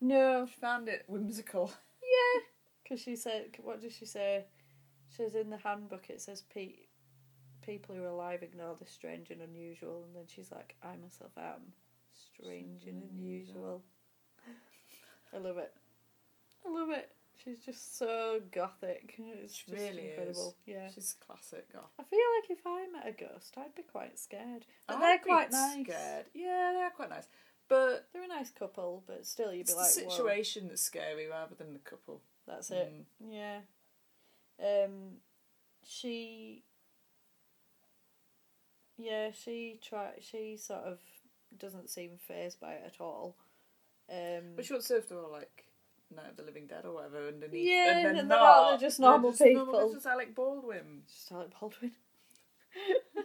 Speaker 1: No,
Speaker 2: She found it whimsical.
Speaker 1: yeah, because she said, what does she say? She says in the handbook it says Pete. People who are alive ignore the strange and unusual, and then she's like, "I myself am strange and unusual." I love it. I love it. She's just so gothic. It's
Speaker 2: She
Speaker 1: just
Speaker 2: really
Speaker 1: incredible.
Speaker 2: is.
Speaker 1: Yeah.
Speaker 2: She's classic. Oh.
Speaker 1: I feel like if I met a ghost, I'd be quite scared. But
Speaker 2: I'd
Speaker 1: they're
Speaker 2: be
Speaker 1: quite nice.
Speaker 2: Scared. Yeah, they are quite nice. But
Speaker 1: They're a nice couple, but still, you'd
Speaker 2: it's
Speaker 1: be like,
Speaker 2: the
Speaker 1: "Whoa."
Speaker 2: situation that's scary rather than the couple.
Speaker 1: That's it.
Speaker 2: Mm.
Speaker 1: Yeah. Um, she. Yeah, she try. She sort of doesn't seem phased by it at all. Um,
Speaker 2: But she wants to have to all like Night of the Living Dead or whatever underneath.
Speaker 1: Yeah,
Speaker 2: and
Speaker 1: and
Speaker 2: they're
Speaker 1: they're
Speaker 2: not.
Speaker 1: not, they're just normal people.
Speaker 2: It's just Alec Baldwin.
Speaker 1: just Alec Baldwin.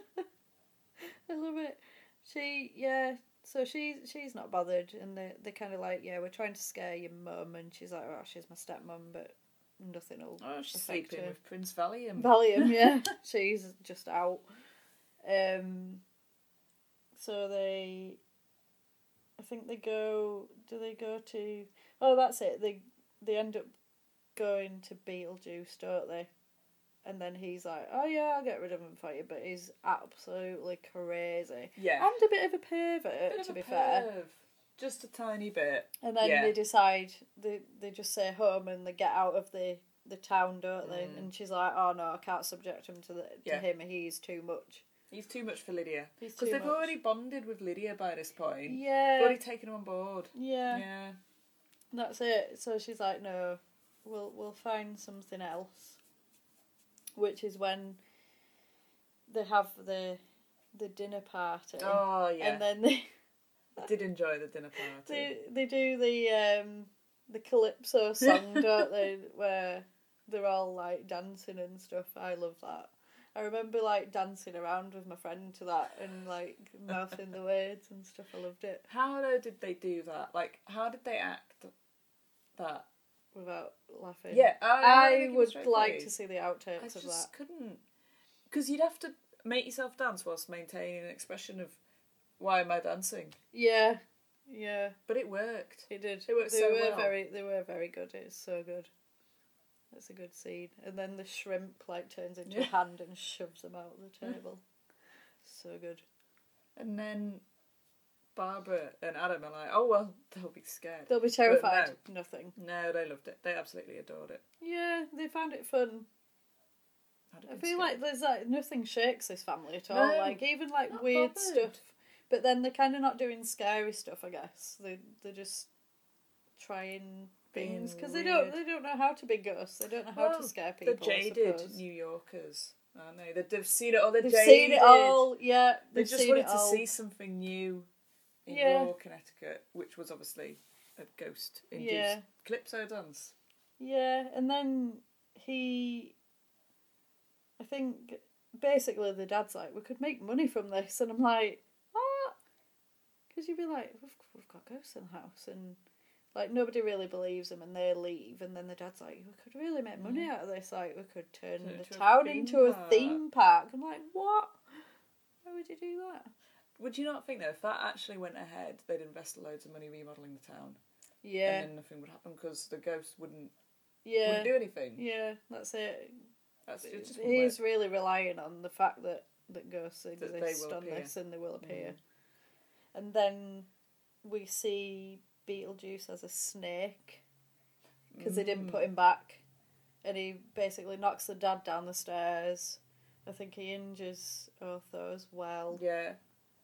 Speaker 1: I love it. She yeah. So she's she's not bothered, and they they kind of like yeah, we're trying to scare your mum, and she's like, oh, she's my stepmum, but nothing will.
Speaker 2: Oh, she's
Speaker 1: affect
Speaker 2: sleeping
Speaker 1: her.
Speaker 2: with Prince Valium.
Speaker 1: Valium, yeah. She's just out. Um, so they, I think they go. Do they go to? Oh, that's it. They they end up going to Beetlejuice, don't they? And then he's like, "Oh yeah, I'll get rid of him for you," but he's absolutely crazy.
Speaker 2: Yeah.
Speaker 1: and a bit of a pervert,
Speaker 2: Bit of
Speaker 1: to
Speaker 2: a
Speaker 1: be fair.
Speaker 2: perv. Just a tiny bit.
Speaker 1: And then
Speaker 2: Yeah.
Speaker 1: they decide they they just say home and they get out of the the town, don't they? And she's like, "Oh no, I can't subject him to the to
Speaker 2: Mm. Yeah.
Speaker 1: him. He's too much."
Speaker 2: He's too much for Lydia.
Speaker 1: He's
Speaker 2: Because
Speaker 1: too
Speaker 2: they've
Speaker 1: much.
Speaker 2: already bonded with Lydia by this point.
Speaker 1: Yeah.
Speaker 2: They've already taken her on board.
Speaker 1: Yeah,
Speaker 2: Yeah.
Speaker 1: that's it. So she's like, "No, we'll we'll find something else," which is when they have the the dinner party,
Speaker 2: Oh, yeah.
Speaker 1: and then they
Speaker 2: I did enjoy the dinner party.
Speaker 1: they, they do the um the calypso song, don't they? Where they're all like dancing and stuff. I love that. I remember like dancing around with my friend to that and like mouthing the words and stuff. I loved it
Speaker 2: How though did they do that? Like, how did they act that?
Speaker 1: without laughing.
Speaker 2: Yeah, I- I
Speaker 1: I,
Speaker 2: think it was
Speaker 1: would
Speaker 2: straight
Speaker 1: like
Speaker 2: face.
Speaker 1: to see the
Speaker 2: I
Speaker 1: outtakes
Speaker 2: just
Speaker 1: of that.
Speaker 2: couldn't. Because you'd have to make yourself dance whilst maintaining an expression of, why am I dancing?
Speaker 1: Yeah, yeah,
Speaker 2: But it worked.
Speaker 1: it did.
Speaker 2: It worked
Speaker 1: they
Speaker 2: so
Speaker 1: were
Speaker 2: well.
Speaker 1: very, they were very good. It's so good. That's a good scene. And then the shrimp like turns into a hand and shoves them out the table. so good.
Speaker 2: And then Barbara and Adam are like, oh well, they'll be scared.
Speaker 1: They'll be
Speaker 2: But
Speaker 1: terrified. Nothing.
Speaker 2: No, no, they loved it. They absolutely adored it.
Speaker 1: Yeah, they found it fun.
Speaker 2: I'd have
Speaker 1: I
Speaker 2: been
Speaker 1: feel
Speaker 2: scared.
Speaker 1: like there's like nothing shakes this family at all.
Speaker 2: No,
Speaker 1: like even like
Speaker 2: not
Speaker 1: weird
Speaker 2: bothered.
Speaker 1: stuff. But then they're kind of not doing scary stuff, I guess. They they're just trying
Speaker 2: Being
Speaker 1: things because they don't
Speaker 2: weird.
Speaker 1: they don't know how to be ghosts. They don't know how
Speaker 2: Well,
Speaker 1: to scare people.
Speaker 2: The
Speaker 1: I
Speaker 2: jaded
Speaker 1: suppose.
Speaker 2: New Yorkers. I know they- they've seen it all. They're
Speaker 1: They've
Speaker 2: jaded.
Speaker 1: seen it all. Yeah,
Speaker 2: They
Speaker 1: they've
Speaker 2: just
Speaker 1: seen it
Speaker 2: wanted to
Speaker 1: all.
Speaker 2: see something new in
Speaker 1: Yeah.
Speaker 2: York, Connecticut, which was obviously a ghost-induced
Speaker 1: Yeah.
Speaker 2: calypso dance.
Speaker 1: Yeah, and then he. I think basically the dad's like, we could make money from this, and I'm like, what? Because you'd be like, we've, we've got ghosts in the house, and like nobody really believes him, and they leave, and then the dad's like, we could really make money out of this, like we could turn
Speaker 2: Mm. Turn it
Speaker 1: the
Speaker 2: to a
Speaker 1: town
Speaker 2: theme
Speaker 1: into a
Speaker 2: park."
Speaker 1: theme park. I'm like, what? Why would you do that?
Speaker 2: Would you not think though, if that actually went ahead, they'd invest loads of money remodeling the town,
Speaker 1: Yeah,
Speaker 2: and then nothing would happen because the ghost wouldn't
Speaker 1: yeah,
Speaker 2: wouldn't do anything.
Speaker 1: yeah. That's it.
Speaker 2: That's it. Just wouldn't
Speaker 1: He's
Speaker 2: work.
Speaker 1: really relying on the fact that, that ghosts
Speaker 2: they
Speaker 1: exist
Speaker 2: will
Speaker 1: on
Speaker 2: appear. Mm.
Speaker 1: this and they will appear. And then we see Beetlejuice as a snake because they didn't put him
Speaker 2: Mm.
Speaker 1: back. And he basically knocks the dad down the stairs. I think he injures Otho as well.
Speaker 2: yeah.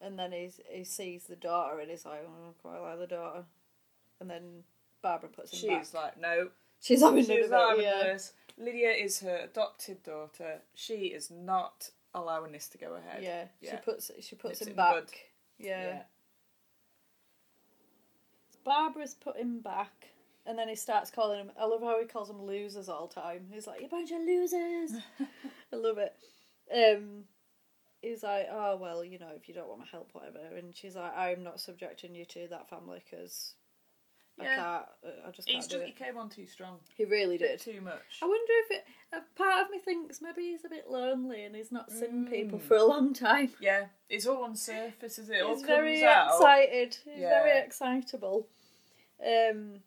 Speaker 1: And then he's, he sees the daughter and he's like, oh, I quite like the daughter. And then Barbara puts him back.
Speaker 2: She's like, no,
Speaker 1: she's having none
Speaker 2: She's
Speaker 1: of
Speaker 2: not
Speaker 1: it,
Speaker 2: having
Speaker 1: yeah.
Speaker 2: this. Lydia is her adopted daughter. She is not allowing this to go ahead.
Speaker 1: Yeah, she puts she puts
Speaker 2: Nips it
Speaker 1: him
Speaker 2: in the
Speaker 1: back.
Speaker 2: bud.
Speaker 1: Yeah.
Speaker 2: Yeah.
Speaker 1: Barbara's put him back, and then he starts calling him. I love how he calls them losers all the time. He's like, "You bunch of losers." I love it. Um, he's like, "Oh well, you know, if you don't want my help, whatever." And she's like, "I'm not subjecting you to that family because I
Speaker 2: Yeah.
Speaker 1: can't. uh, I- I just can't
Speaker 2: He's
Speaker 1: do
Speaker 2: just, he
Speaker 1: it."
Speaker 2: came on too strong.
Speaker 1: He really
Speaker 2: A bit
Speaker 1: did.
Speaker 2: too much.
Speaker 1: I wonder if it. A part of me thinks maybe he's a bit lonely and he's not seen people
Speaker 2: Mm.
Speaker 1: for a long time.
Speaker 2: Yeah, it's all on surface, is it? it all
Speaker 1: He's
Speaker 2: comes
Speaker 1: very
Speaker 2: out.
Speaker 1: excited. He's very
Speaker 2: Yeah.
Speaker 1: excitable. Um,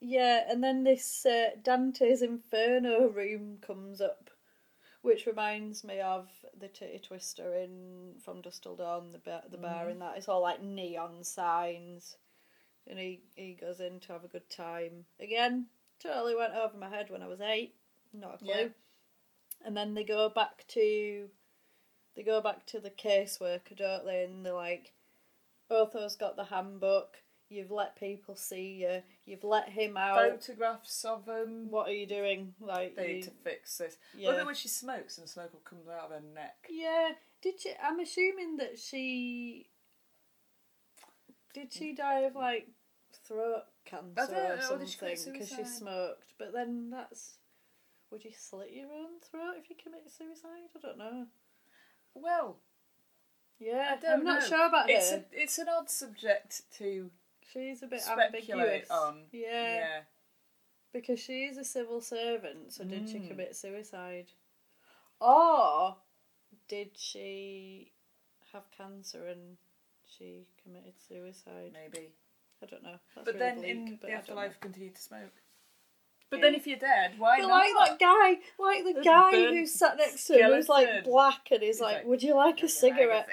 Speaker 1: yeah, and then this uh, Dante's Inferno room comes up, which reminds me of the Titty Twister in From Dusk Till Dawn, the bar, the bar
Speaker 2: Mm-hmm.
Speaker 1: and that. It's all like neon signs, and he he goes in to have a good time. Again, totally went over my head when I was eight. Not a clue.
Speaker 2: Yeah.
Speaker 1: And then they go back to they go back to the caseworker, don't they? And they're like, Otho's got the handbook. You've let people see you. You've let him out.
Speaker 2: Photographs of them.
Speaker 1: What are you doing? Like,
Speaker 2: They
Speaker 1: you-
Speaker 2: need to fix this.
Speaker 1: Yeah.
Speaker 2: Well, then when she smokes and smoke will come out of her neck.
Speaker 1: yeah. Did she? I'm assuming that she. Did she die of like throat
Speaker 2: I
Speaker 1: cancer
Speaker 2: don't know,
Speaker 1: or
Speaker 2: or
Speaker 1: something?
Speaker 2: did she commit
Speaker 1: Because she
Speaker 2: suicide?
Speaker 1: smoked. But then that's. Would you slit your own throat if you commit suicide? I don't know.
Speaker 2: Well,
Speaker 1: Yeah,
Speaker 2: I don't
Speaker 1: am not
Speaker 2: know.
Speaker 1: sure about
Speaker 2: it's
Speaker 1: her.
Speaker 2: A, it's an odd subject to
Speaker 1: She's a bit ambiguous.
Speaker 2: speculate on.
Speaker 1: yeah.
Speaker 2: yeah.
Speaker 1: Because she is a civil servant, so did she
Speaker 2: Mm.
Speaker 1: commit suicide? Or did she have cancer and she committed suicide?
Speaker 2: Maybe.
Speaker 1: I don't know. That's
Speaker 2: But
Speaker 1: really
Speaker 2: then
Speaker 1: bleak,
Speaker 2: in
Speaker 1: but
Speaker 2: the
Speaker 1: I don't know.
Speaker 2: afterlife, continue to smoke. But then if you're dead, why
Speaker 1: But
Speaker 2: not?
Speaker 1: like that guy, like the
Speaker 2: This
Speaker 1: guy
Speaker 2: burnt
Speaker 1: who sat next to him, who's like
Speaker 2: skeleton.
Speaker 1: black, and he's
Speaker 2: He's
Speaker 1: like,
Speaker 2: like,
Speaker 1: "Would you like a cigarette?"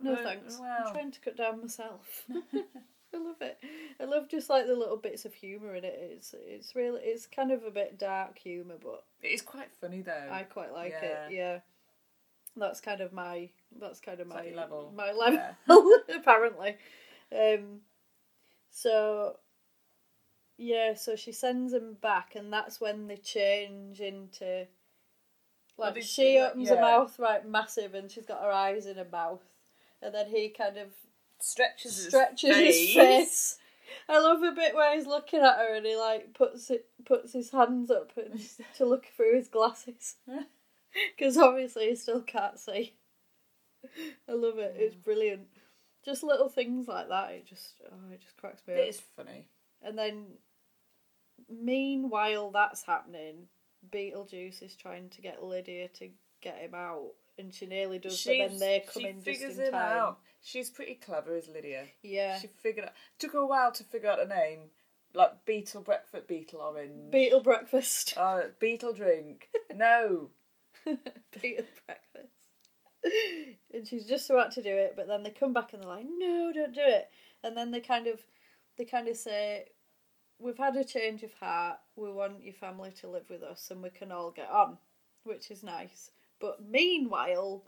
Speaker 1: No
Speaker 2: Uh,
Speaker 1: thanks. I'm
Speaker 2: well.
Speaker 1: trying to cut down myself. I love it. I love just like the little bits of humour in it. It's it's really it's kind of a bit dark humour, but
Speaker 2: It is quite funny though.
Speaker 1: I quite like
Speaker 2: Yeah.
Speaker 1: it. Yeah, that's kind of my that's kind of
Speaker 2: It's
Speaker 1: my
Speaker 2: like your level.
Speaker 1: My level, apparently. Um, so yeah, so she sends him back, and that's when they change into
Speaker 2: Well,
Speaker 1: like
Speaker 2: they-
Speaker 1: she
Speaker 2: like,
Speaker 1: opens her
Speaker 2: yeah.
Speaker 1: mouth right massive, and she's got her eyes in her mouth, and then he kind of
Speaker 2: Stretches his
Speaker 1: stretches his
Speaker 2: face.
Speaker 1: face. I love the bit where he's looking at her and he like puts it puts his hands up and, to look through his glasses because obviously he still can't see. I love it. It's brilliant. Just little things like that. It just oh, it just cracks me
Speaker 2: It
Speaker 1: up.
Speaker 2: is funny.
Speaker 1: And then, meanwhile, that's happening. Beetlejuice is trying to get Lydia to get him out, and she nearly does. but then they come
Speaker 2: she
Speaker 1: in just
Speaker 2: figures
Speaker 1: in
Speaker 2: him
Speaker 1: time.
Speaker 2: out. She's pretty clever, is Lydia.
Speaker 1: Yeah.
Speaker 2: She figured out. Took her a while to figure out a name, like beetle breakfast, beetle orange,
Speaker 1: Beetle breakfast.
Speaker 2: uh, beetle drink. Oh, no,
Speaker 1: Beetle breakfast. and she's just about to do it, but then they come back and they're like, "No, don't do it." And then they kind of, they kind of say, "We've had a change of heart. We want your family to live with us, and we can all get on," which is nice. But meanwhile,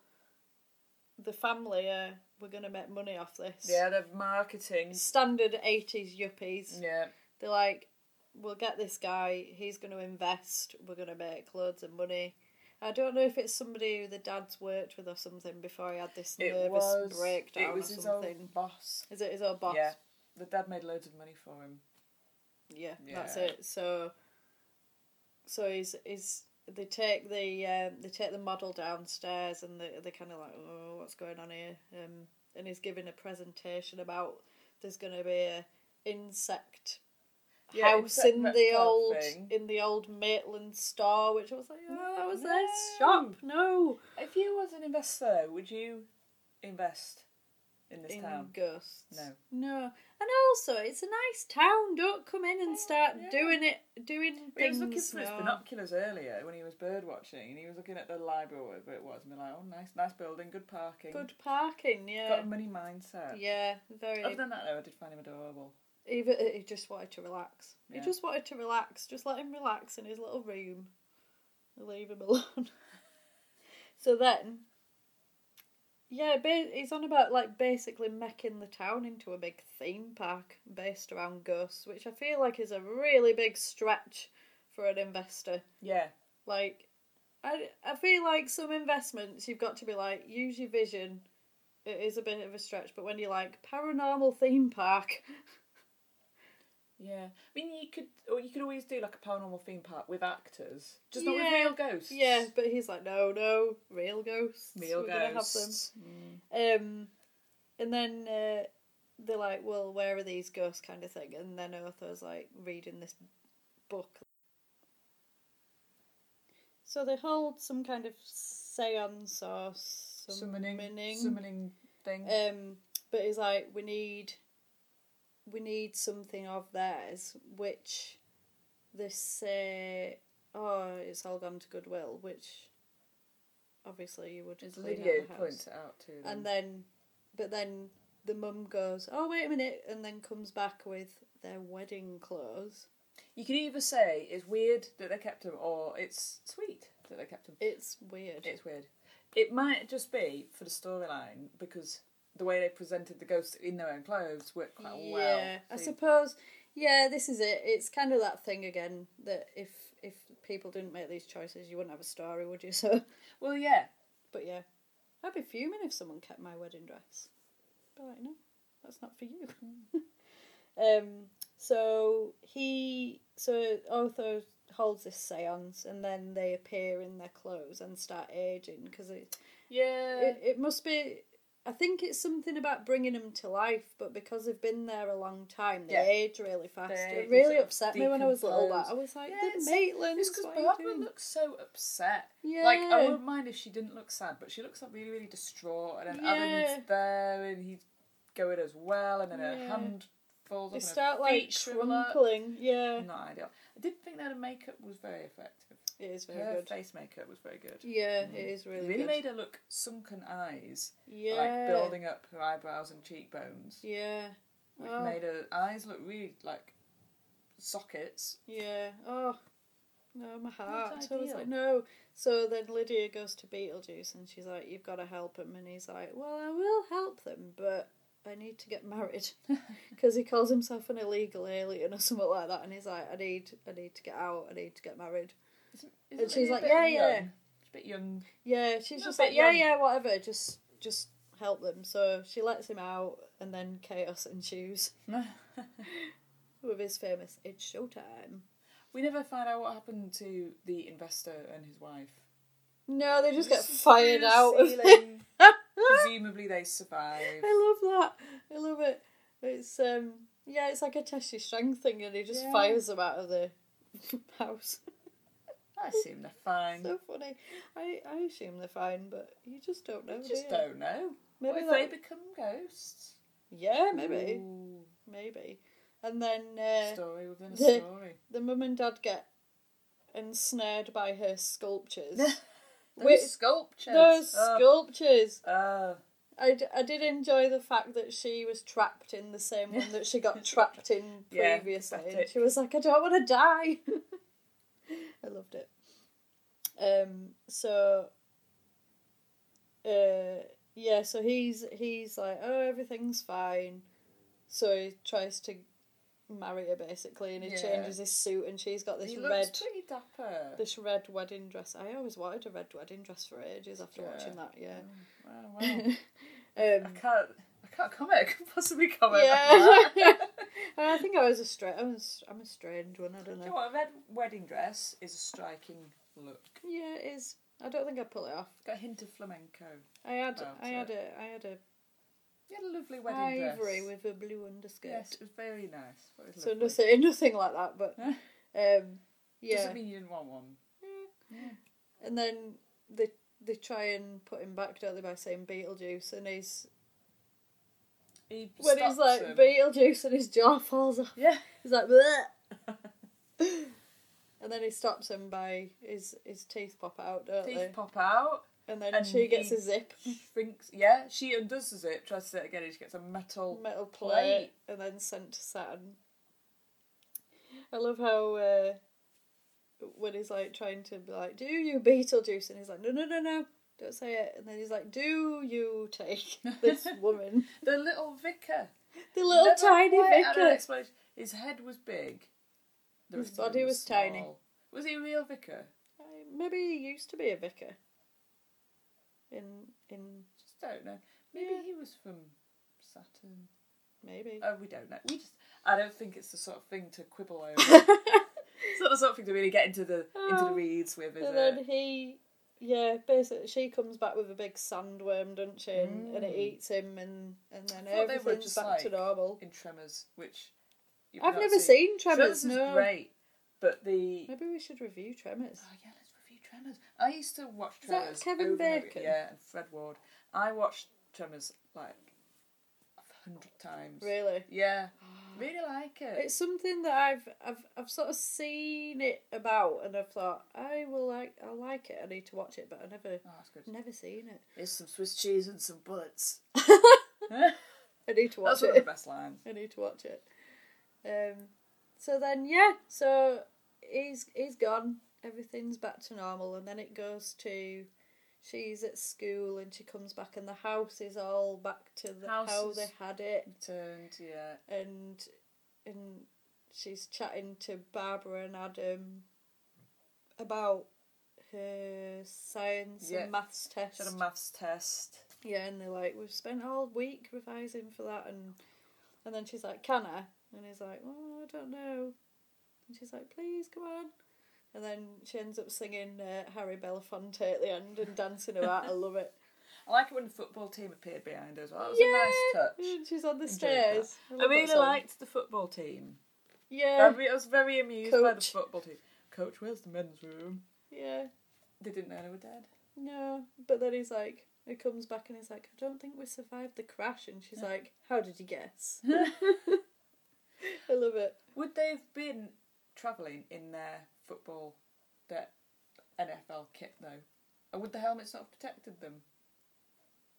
Speaker 1: the family are we're gonna make money off this.
Speaker 2: Yeah, the marketing.
Speaker 1: Standard eighties yuppies.
Speaker 2: Yeah.
Speaker 1: They're like, we'll get this guy. He's going to invest. We're going to make loads of money. I don't know if it's somebody who the dad's worked with or something before he had this
Speaker 2: It
Speaker 1: nervous
Speaker 2: was
Speaker 1: breakdown
Speaker 2: It was
Speaker 1: or
Speaker 2: his
Speaker 1: something.
Speaker 2: old boss.
Speaker 1: Is it his old boss?
Speaker 2: Yeah. The dad made loads of money for him.
Speaker 1: Yeah, that's
Speaker 2: Yeah.
Speaker 1: it. So, so he's is they take the um, they take the model downstairs and they they kind of like oh what's going on here um and he's giving a presentation about there's going to be a insect
Speaker 2: Yeah,
Speaker 1: house
Speaker 2: insect
Speaker 1: in the
Speaker 2: reptile
Speaker 1: old
Speaker 2: thing.
Speaker 1: in the old Maitland store, which I was like, oh, that was their shop. No,
Speaker 2: If you was an investor, though, would you invest in this
Speaker 1: in
Speaker 2: town?
Speaker 1: ghosts.
Speaker 2: No.
Speaker 1: no. And also, it's a nice town. Don't come in and start doing it, doing
Speaker 2: Oh, He
Speaker 1: things.
Speaker 2: was looking for his
Speaker 1: no.
Speaker 2: binoculars earlier when he was bird watching, and he was looking at the library or whatever it was, and be like, "Oh, nice, nice building, good parking,
Speaker 1: Good parking,
Speaker 2: got
Speaker 1: yeah.
Speaker 2: a money mindset."
Speaker 1: Yeah, very.
Speaker 2: Other than that, though, I did find him adorable.
Speaker 1: Even he just wanted to relax.
Speaker 2: Yeah.
Speaker 1: He just wanted to relax. Just let him relax in his little room. Leave him alone. so then, yeah, ba- he's on about like basically making the town into a big theme park based around ghosts, which I feel like is a really big stretch for an investor.
Speaker 2: Yeah,
Speaker 1: Like, I, I feel like some investments you've got to be like, use your vision. It is a bit of a stretch, but when you're like, paranormal theme park,
Speaker 2: yeah. I mean, you could, or you could always do like a paranormal theme park with actors, just not with
Speaker 1: Yeah,
Speaker 2: real ghosts.
Speaker 1: yeah, but he's like, no, no, real ghosts.
Speaker 2: real
Speaker 1: We're
Speaker 2: ghosts.
Speaker 1: gonna have them. Um, and then uh, they're like, well, where are these ghosts, kind of thing. And then Otho's like reading this book. So they hold some kind of seance or
Speaker 2: Summoning,
Speaker 1: summoning.
Speaker 2: summoning thing.
Speaker 1: Um, but it's like we need, we need something of theirs, which they say, oh, it's all gone to Goodwill, which obviously you would.
Speaker 2: It's
Speaker 1: clean out
Speaker 2: Lydia
Speaker 1: the house.
Speaker 2: points it out to them.
Speaker 1: And then, but then the mum goes, oh wait a minute, and then comes back with their wedding clothes.
Speaker 2: you could either say it's weird that they kept him, or it's sweet that they kept him.
Speaker 1: It's weird.
Speaker 2: It's weird. It might just be for the storyline because the way they presented the ghosts in their own clothes worked quite well.
Speaker 1: Yeah, I
Speaker 2: So
Speaker 1: suppose. Yeah, this is it. It's kind of that thing again that if if people didn't make these choices, you wouldn't have a story, would you? So.
Speaker 2: Well, yeah.
Speaker 1: But yeah, I'd be fuming if someone kept my wedding dress. But like, no, that's not for you. um. So he, so Otho holds this séance, and then they appear in their clothes and start aging because it,
Speaker 2: Yeah.
Speaker 1: it it must be. I think it's something about bringing them to life, but because they've been there a long time, they
Speaker 2: Yeah.
Speaker 1: age really fast.
Speaker 2: They
Speaker 1: it really
Speaker 2: sort of
Speaker 1: upset me when I was little.
Speaker 2: decompose.
Speaker 1: That I was like,
Speaker 2: Yeah,
Speaker 1: the
Speaker 2: it's-
Speaker 1: Maitlands.
Speaker 2: It's because
Speaker 1: what are you
Speaker 2: Barbara
Speaker 1: doing?"
Speaker 2: looks so upset. Like,
Speaker 1: Yeah.
Speaker 2: I wouldn't mind if she didn't look sad, but she looks like really, really distraught. And then
Speaker 1: Yeah.
Speaker 2: Adam's there and he's going as well, and then her
Speaker 1: Yeah.
Speaker 2: hand falls
Speaker 1: They
Speaker 2: off. and her
Speaker 1: start like
Speaker 2: feet shrivel up.
Speaker 1: crumpling. Yeah,
Speaker 2: Not ideal. I did think that her makeup was very effective.
Speaker 1: it is very
Speaker 2: her
Speaker 1: good.
Speaker 2: face makeup was very good.
Speaker 1: Yeah, it is really,
Speaker 2: It Mm. really
Speaker 1: good.
Speaker 2: made her look sunken eyes,
Speaker 1: yeah,
Speaker 2: like building up her eyebrows and cheekbones,
Speaker 1: Yeah.
Speaker 2: which
Speaker 1: Oh,
Speaker 2: made her eyes look really like sockets.
Speaker 1: yeah. Oh, no, my heart.
Speaker 2: Not
Speaker 1: I was like,
Speaker 2: ideal.
Speaker 1: no. So then Lydia goes to Beetlejuice and she's like, you've got to help him. And he's like, well, I will help them, but I need to get married because he calls himself an illegal alien or something like that. And he's like, I need, I need to get out. I need to get married.
Speaker 2: Isn't
Speaker 1: she's
Speaker 2: it a
Speaker 1: like,
Speaker 2: bit
Speaker 1: "Yeah,
Speaker 2: young?
Speaker 1: yeah."
Speaker 2: It's a bit young.
Speaker 1: Yeah, she's
Speaker 2: Not
Speaker 1: just
Speaker 2: a bit
Speaker 1: like, yeah,
Speaker 2: young.
Speaker 1: yeah, whatever. Just, just help them. So she lets him out, and then chaos ensues with his famous "It's showtime."
Speaker 2: we never find out what happened to the investor and his wife.
Speaker 1: No, they just get
Speaker 2: Just
Speaker 1: fired
Speaker 2: through the
Speaker 1: out.
Speaker 2: ceiling.
Speaker 1: I
Speaker 2: Presumably they survive.
Speaker 1: love that. I love it. It's um yeah, it's like a test your strength thing, and he just
Speaker 2: Yeah.
Speaker 1: fires them out of the house.
Speaker 2: I assume they're fine.
Speaker 1: so funny. I I assume they're fine, but you just don't know.
Speaker 2: I
Speaker 1: do
Speaker 2: just
Speaker 1: you?
Speaker 2: don't know.
Speaker 1: Maybe
Speaker 2: what if
Speaker 1: that-
Speaker 2: they become ghosts?
Speaker 1: Yeah, maybe,
Speaker 2: Ooh,
Speaker 1: maybe. And then uh,
Speaker 2: story within a
Speaker 1: The-
Speaker 2: story.
Speaker 1: the mum and dad get ensnared by her sculptures Those
Speaker 2: With sculptures.
Speaker 1: Those
Speaker 2: Oh.
Speaker 1: sculptures.
Speaker 2: Oh.
Speaker 1: I, d- I did enjoy the fact that she was trapped in the same one that she got trapped in
Speaker 2: Yeah,
Speaker 1: previously.
Speaker 2: that's
Speaker 1: and
Speaker 2: it.
Speaker 1: she was like, I don't want to die. I loved it. Um. So. Uh. Yeah. So he's he's like, oh, everything's fine. So he tries to marry her basically, and he
Speaker 2: Yeah.
Speaker 1: changes his suit, and she's got this
Speaker 2: he
Speaker 1: red
Speaker 2: looks pretty dapper.
Speaker 1: this red wedding dress. I always wanted a red wedding dress for ages after
Speaker 2: Yeah. Mm.
Speaker 1: watching that. Yeah.
Speaker 2: Oh, wow.
Speaker 1: Um,
Speaker 2: I can't. I can't comment. I can possibly comment. on that.
Speaker 1: yeah. I think I was a stra I'm a, s- I'm a strange one. I don't
Speaker 2: Do
Speaker 1: know.
Speaker 2: you know what? A red wedding dress is a striking look.
Speaker 1: Yeah, it is. I don't think I pull it off.
Speaker 2: Got a hint of flamenco.
Speaker 1: I had
Speaker 2: Oh,
Speaker 1: I
Speaker 2: sorry.
Speaker 1: had a I had a
Speaker 2: You had a lovely wedding
Speaker 1: ivory
Speaker 2: dress.
Speaker 1: with a blue underskirt.
Speaker 2: Yes, it was very nice. It was
Speaker 1: so
Speaker 2: lovely.
Speaker 1: nothing nothing like that. But um, yeah.
Speaker 2: Doesn't mean you didn't want one.
Speaker 1: And then they they try and put him back, don't they, by saying Beetlejuice, and he's
Speaker 2: He
Speaker 1: when
Speaker 2: stops
Speaker 1: he's like
Speaker 2: him.
Speaker 1: Beetlejuice, and his jaw falls off.
Speaker 2: Yeah.
Speaker 1: He's like, "Bleh." and then he stops him by his his teeth pop out, don't they?
Speaker 2: Teeth pop out.
Speaker 1: and then
Speaker 2: and
Speaker 1: she gets
Speaker 2: he-
Speaker 1: a zip
Speaker 2: Shrinks. Yeah, she undoes the zip. Tries to say it again. and She gets a metal
Speaker 1: metal plate and then sent to Saturn. I love how uh, when he's like trying to be like, "Do you Beetlejuice?" and he's like, "No, no, no, no, don't say it." And then he's like, "Do you take this woman,
Speaker 2: The little vicar.
Speaker 1: the little
Speaker 2: Never
Speaker 1: tiny
Speaker 2: quite had an
Speaker 1: vicar?"
Speaker 2: explanation. His head was big. The
Speaker 1: His
Speaker 2: rest of him
Speaker 1: body was tiny.
Speaker 2: small. Was he a real vicar?
Speaker 1: Uh, Maybe he used to be a vicar. In in
Speaker 2: Just don't know. Maybe he was from Saturn.
Speaker 1: maybe.
Speaker 2: Oh, we don't know. We just. I don't think it's the sort of thing to quibble over. it's not the sort of thing to really get into the into the reeds with, is
Speaker 1: Ah. And
Speaker 2: it?
Speaker 1: then he, yeah, basically she comes back with a big sandworm, doesn't she? And, and it eats him, and and then
Speaker 2: Mm. I thought they were
Speaker 1: everything's
Speaker 2: just
Speaker 1: back to
Speaker 2: like-
Speaker 1: normal.
Speaker 2: in Tremors, which you've
Speaker 1: I've
Speaker 2: not
Speaker 1: never seen Tremors,
Speaker 2: Tremors
Speaker 1: no.
Speaker 2: is great, but the
Speaker 1: Maybe we should review Tremors.
Speaker 2: oh yeah, let's review Tremors. I used to watch
Speaker 1: Is that
Speaker 2: Tremors.
Speaker 1: Kevin
Speaker 2: over and over-
Speaker 1: Bacon?
Speaker 2: yeah, and Fred Ward. I watched Tremors like a hundred times.
Speaker 1: Really,
Speaker 2: Yeah, really like it.
Speaker 1: it's something that I've I've I've sort of seen it about, and I've thought I will like I like it. I need to watch it, but I never
Speaker 2: oh, that's good.
Speaker 1: never seen it.
Speaker 2: Here's some Swiss cheese and some bullets.
Speaker 1: I need to watch
Speaker 2: That's one of
Speaker 1: it.
Speaker 2: the best lines.
Speaker 1: I need to watch it. Um, so then yeah, so he's he's gone. Everything's back to normal, and then it goes to she's at school and she comes back, and the house is all back to the, how
Speaker 2: House
Speaker 1: they
Speaker 2: is-
Speaker 1: had it,
Speaker 2: Turned, yeah.
Speaker 1: and and she's chatting to Barbara and Adam about her science
Speaker 2: Yeah.
Speaker 1: and maths test.
Speaker 2: She had a maths test.
Speaker 1: Yeah, and they're like, we've spent all week revising for that, and and then she's like, can I? And he's like, oh, I don't know. And she's like, please, come on. And then she ends up singing uh, Harry Belafonte at the end and dancing about. I love it.
Speaker 2: I like it when the football team appeared behind her as well. That was a nice touch.
Speaker 1: And she's on the
Speaker 2: Enjoyed that.
Speaker 1: stairs.
Speaker 2: I,
Speaker 1: love that
Speaker 2: really
Speaker 1: song.
Speaker 2: liked the football team. I,
Speaker 1: Yeah,
Speaker 2: re- I was very amused by the
Speaker 1: Coach.
Speaker 2: football team. Coach, where's the men's room?
Speaker 1: yeah.
Speaker 2: They didn't know they were dead.
Speaker 1: No, but then he's like, he comes back and he's like, I don't think we survived the crash. And she's like, how did you guess? I love it.
Speaker 2: Would they have been travelling in their football, their NFL kit though? And would the helmets not have protected them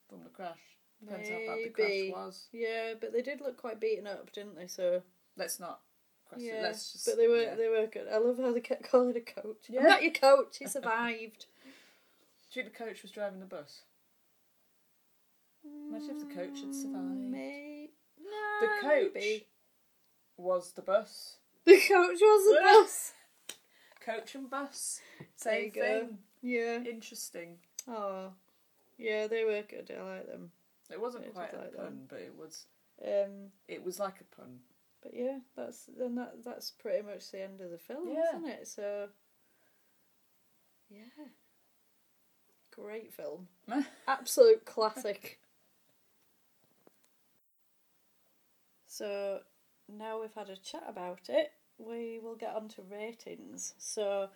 Speaker 2: from the crash? Depends how bad the
Speaker 1: Maybe.
Speaker 2: crash was.
Speaker 1: Yeah, but they did look quite beaten up, didn't they? So
Speaker 2: Let's not question.
Speaker 1: yeah,
Speaker 2: Let's just.
Speaker 1: but they were
Speaker 2: yeah.
Speaker 1: they were good. I love how they kept calling a coach.
Speaker 2: Yeah.
Speaker 1: I'm not your coach. He survived.
Speaker 2: Do you think the coach was driving the bus? Imagine if the coach had survived.
Speaker 1: May-
Speaker 2: The coach
Speaker 1: Maybe.
Speaker 2: was the bus.
Speaker 1: The coach was the bus.
Speaker 2: Coach and bus.
Speaker 1: There
Speaker 2: Same
Speaker 1: you go.
Speaker 2: thing.
Speaker 1: Yeah.
Speaker 2: Interesting.
Speaker 1: Oh, yeah. They were good. I like them.
Speaker 2: It wasn't
Speaker 1: It was
Speaker 2: quite a
Speaker 1: like that.
Speaker 2: pun, but it was.
Speaker 1: Um,
Speaker 2: It was like a pun.
Speaker 1: but yeah, that's then that that's pretty much the end of the film,
Speaker 2: Yeah.
Speaker 1: isn't it? So, yeah, great film, absolute classic. so now we've had a chat about it, we will get on to ratings. So,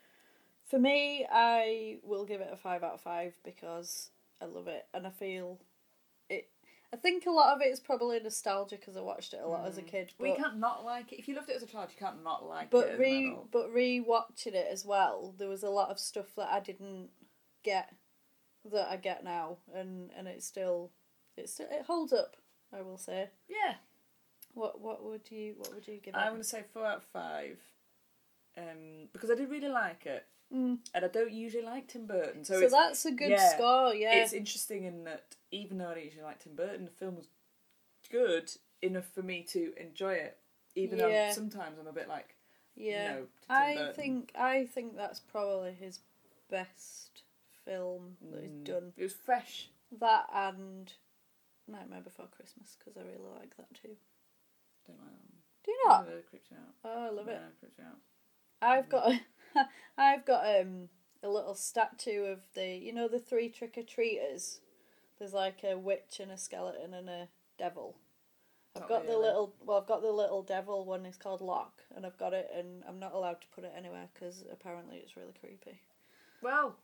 Speaker 1: for me, I will give it a five out of five because I love it and I feel it. I think a lot of it is probably nostalgia because I watched it a lot as a kid.
Speaker 2: Mm. We
Speaker 1: but-
Speaker 2: can't not like it. If you loved it as a child, you can't not like it. as
Speaker 1: but
Speaker 2: an
Speaker 1: re
Speaker 2: adult.
Speaker 1: but re-watching it as well, there was a lot of stuff that I didn't get that I get now, and and it's still, it's still, it holds up. I will say.
Speaker 2: Yeah.
Speaker 1: What what would you what would you give
Speaker 2: I'm
Speaker 1: it?
Speaker 2: gonna say four out of five, um, because I did really like it, and I don't usually like Tim Burton, Mm. so,
Speaker 1: So,
Speaker 2: it's,
Speaker 1: that's a good
Speaker 2: yeah,
Speaker 1: score. Yeah.
Speaker 2: It's interesting in that even though I don't usually like Tim Burton, the film was good enough for me to enjoy it, even
Speaker 1: Yeah.
Speaker 2: though sometimes I'm a bit like,
Speaker 1: Yeah,
Speaker 2: no, to Tim
Speaker 1: I
Speaker 2: Burton.
Speaker 1: think I think that's probably his best film that
Speaker 2: Mm.
Speaker 1: he's done.
Speaker 2: it was fresh.
Speaker 1: That and Nightmare Before Christmas because I really like that too.
Speaker 2: Don't like that.
Speaker 1: Do you not?
Speaker 2: one. It creeps me out.
Speaker 1: Oh, I love
Speaker 2: Yeah,
Speaker 1: it.
Speaker 2: it creeps me out.
Speaker 1: I've got I've got um a little statue of the you know the three trick or treaters. There's like a witch and a skeleton and a devil. I've
Speaker 2: Not
Speaker 1: got the
Speaker 2: really.
Speaker 1: little well I've got the little devil one. It's called Lock, and I've got it, and I'm not allowed to put it anywhere because apparently it's really creepy.
Speaker 2: Well,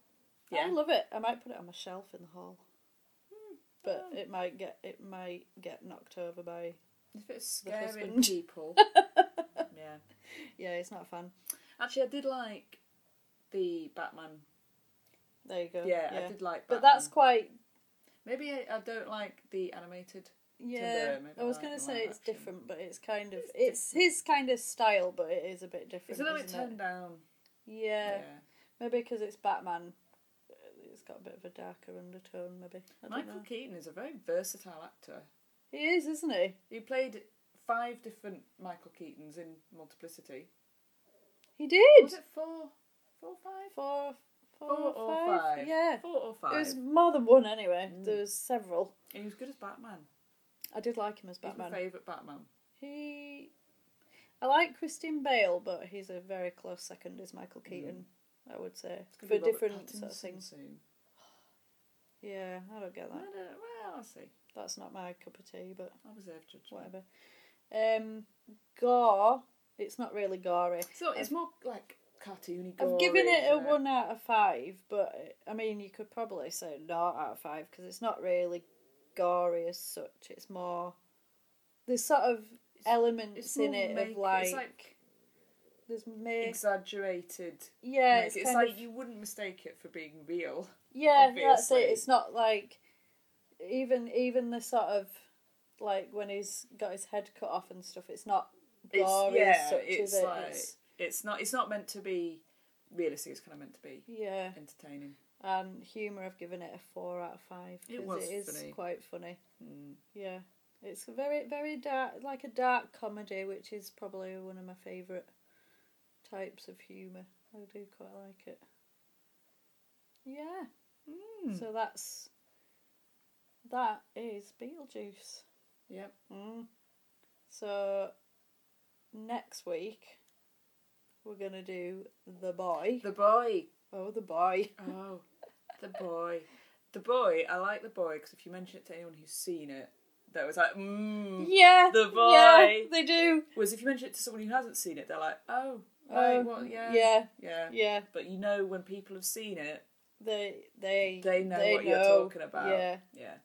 Speaker 1: I love it. I might put it on my shelf in the hall.
Speaker 2: Hmm. Oh.
Speaker 1: But it might get it might get knocked over by
Speaker 2: it's a bit
Speaker 1: husband.
Speaker 2: scaring people. yeah.
Speaker 1: yeah, it's not fun.
Speaker 2: Actually, I did like the Batman.
Speaker 1: There you go.
Speaker 2: Yeah, I did like
Speaker 1: But that's
Speaker 2: Batman.
Speaker 1: quite
Speaker 2: Maybe I, I don't like the animated.
Speaker 1: yeah.
Speaker 2: maybe
Speaker 1: I was
Speaker 2: like
Speaker 1: gonna
Speaker 2: the
Speaker 1: say
Speaker 2: live
Speaker 1: it's
Speaker 2: action.
Speaker 1: different, but it's kind of it's his kind of style, but it is a bit different.
Speaker 2: It's a little bit
Speaker 1: isn't it?
Speaker 2: toned down.
Speaker 1: Yeah.
Speaker 2: Yeah.
Speaker 1: maybe because it's Batman. Uh, It's got a bit of a darker undertone, maybe. I don't
Speaker 2: Michael
Speaker 1: know.
Speaker 2: Keaton is a very versatile actor.
Speaker 1: He is, isn't he?
Speaker 2: He played five different Michael Keatons in Multiplicity.
Speaker 1: He
Speaker 2: Was
Speaker 1: did.
Speaker 2: it four, four, five,
Speaker 1: Four, four,
Speaker 2: Four or five?
Speaker 1: Yeah,
Speaker 2: Four or five. Hmm.
Speaker 1: it was more than one anyway. There was several.
Speaker 2: And he was good as Batman.
Speaker 1: I did like him as
Speaker 2: He's my
Speaker 1: Batman.
Speaker 2: favourite Batman.
Speaker 1: He, I like Christian Bale, but he's a very close second is Michael Keaton. I would say
Speaker 2: Mm. It's gonna
Speaker 1: for
Speaker 2: be Robert
Speaker 1: different sort
Speaker 2: Pattinson
Speaker 1: of things.
Speaker 2: soon.
Speaker 1: Yeah, I don't get
Speaker 2: I
Speaker 1: that.
Speaker 2: don't, well, I'll see.
Speaker 1: That's not my cup of tea, but
Speaker 2: I'll reserve judgment.
Speaker 1: whatever. Um, gore. It's not really gory.
Speaker 2: So it's more like cartoony.
Speaker 1: I've
Speaker 2: gory,
Speaker 1: given it a
Speaker 2: isn't
Speaker 1: one out of five, but I mean you could probably say not out of five because it's not really gory as such. It's more there's sort of elements
Speaker 2: It's
Speaker 1: in
Speaker 2: more
Speaker 1: it
Speaker 2: make-
Speaker 1: of like,
Speaker 2: it's like
Speaker 1: there's make
Speaker 2: exaggerated.
Speaker 1: Yeah,
Speaker 2: make-
Speaker 1: it's,
Speaker 2: it's,
Speaker 1: kind
Speaker 2: like
Speaker 1: of,
Speaker 2: you wouldn't mistake it for being real.
Speaker 1: yeah, that's
Speaker 2: obviously.
Speaker 1: it. It's not like even even the sort of like when he's got his head cut off and stuff. It's not
Speaker 2: It's,
Speaker 1: gory
Speaker 2: yeah,
Speaker 1: as such,
Speaker 2: it's
Speaker 1: is it?
Speaker 2: like
Speaker 1: It's-
Speaker 2: it's... not. It's not meant to be realistic. It's kind of meant to be
Speaker 1: yeah,
Speaker 2: entertaining.
Speaker 1: and um, humour. I've given it a four out of five.
Speaker 2: It
Speaker 1: 'cause
Speaker 2: was
Speaker 1: It is
Speaker 2: funny. Hmm.
Speaker 1: quite funny. Yeah, it's a very very dark, like a dark comedy, which is probably one of my favourite types of humour. I do quite like it. Yeah.
Speaker 2: Hmm.
Speaker 1: So that's that is Beetlejuice.
Speaker 2: Yep.
Speaker 1: So next week we're gonna do the boy.
Speaker 2: The boy.
Speaker 1: Oh, the boy.
Speaker 2: Oh, the boy. The boy. I like the boy because if you mention it to anyone who's seen it, that was like, mmm.
Speaker 1: Yeah.
Speaker 2: The
Speaker 1: Yeah,
Speaker 2: boy.
Speaker 1: they do.
Speaker 2: Whereas if you mention it to someone who hasn't seen it, they're like, oh, right,
Speaker 1: Oh,
Speaker 2: what? Yeah.
Speaker 1: yeah,
Speaker 2: Yeah.
Speaker 1: Yeah.
Speaker 2: But you know when people have seen it,
Speaker 1: They they
Speaker 2: they know what you're
Speaker 1: know.
Speaker 2: talking about.
Speaker 1: Yeah.
Speaker 2: Yeah.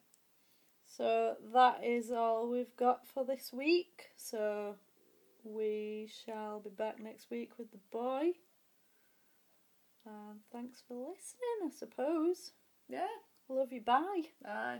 Speaker 1: So that is all we've got for this week. So we shall be back next week with the boy. And thanks for listening, I suppose.
Speaker 2: Yeah.
Speaker 1: Love you, bye.
Speaker 2: Aye.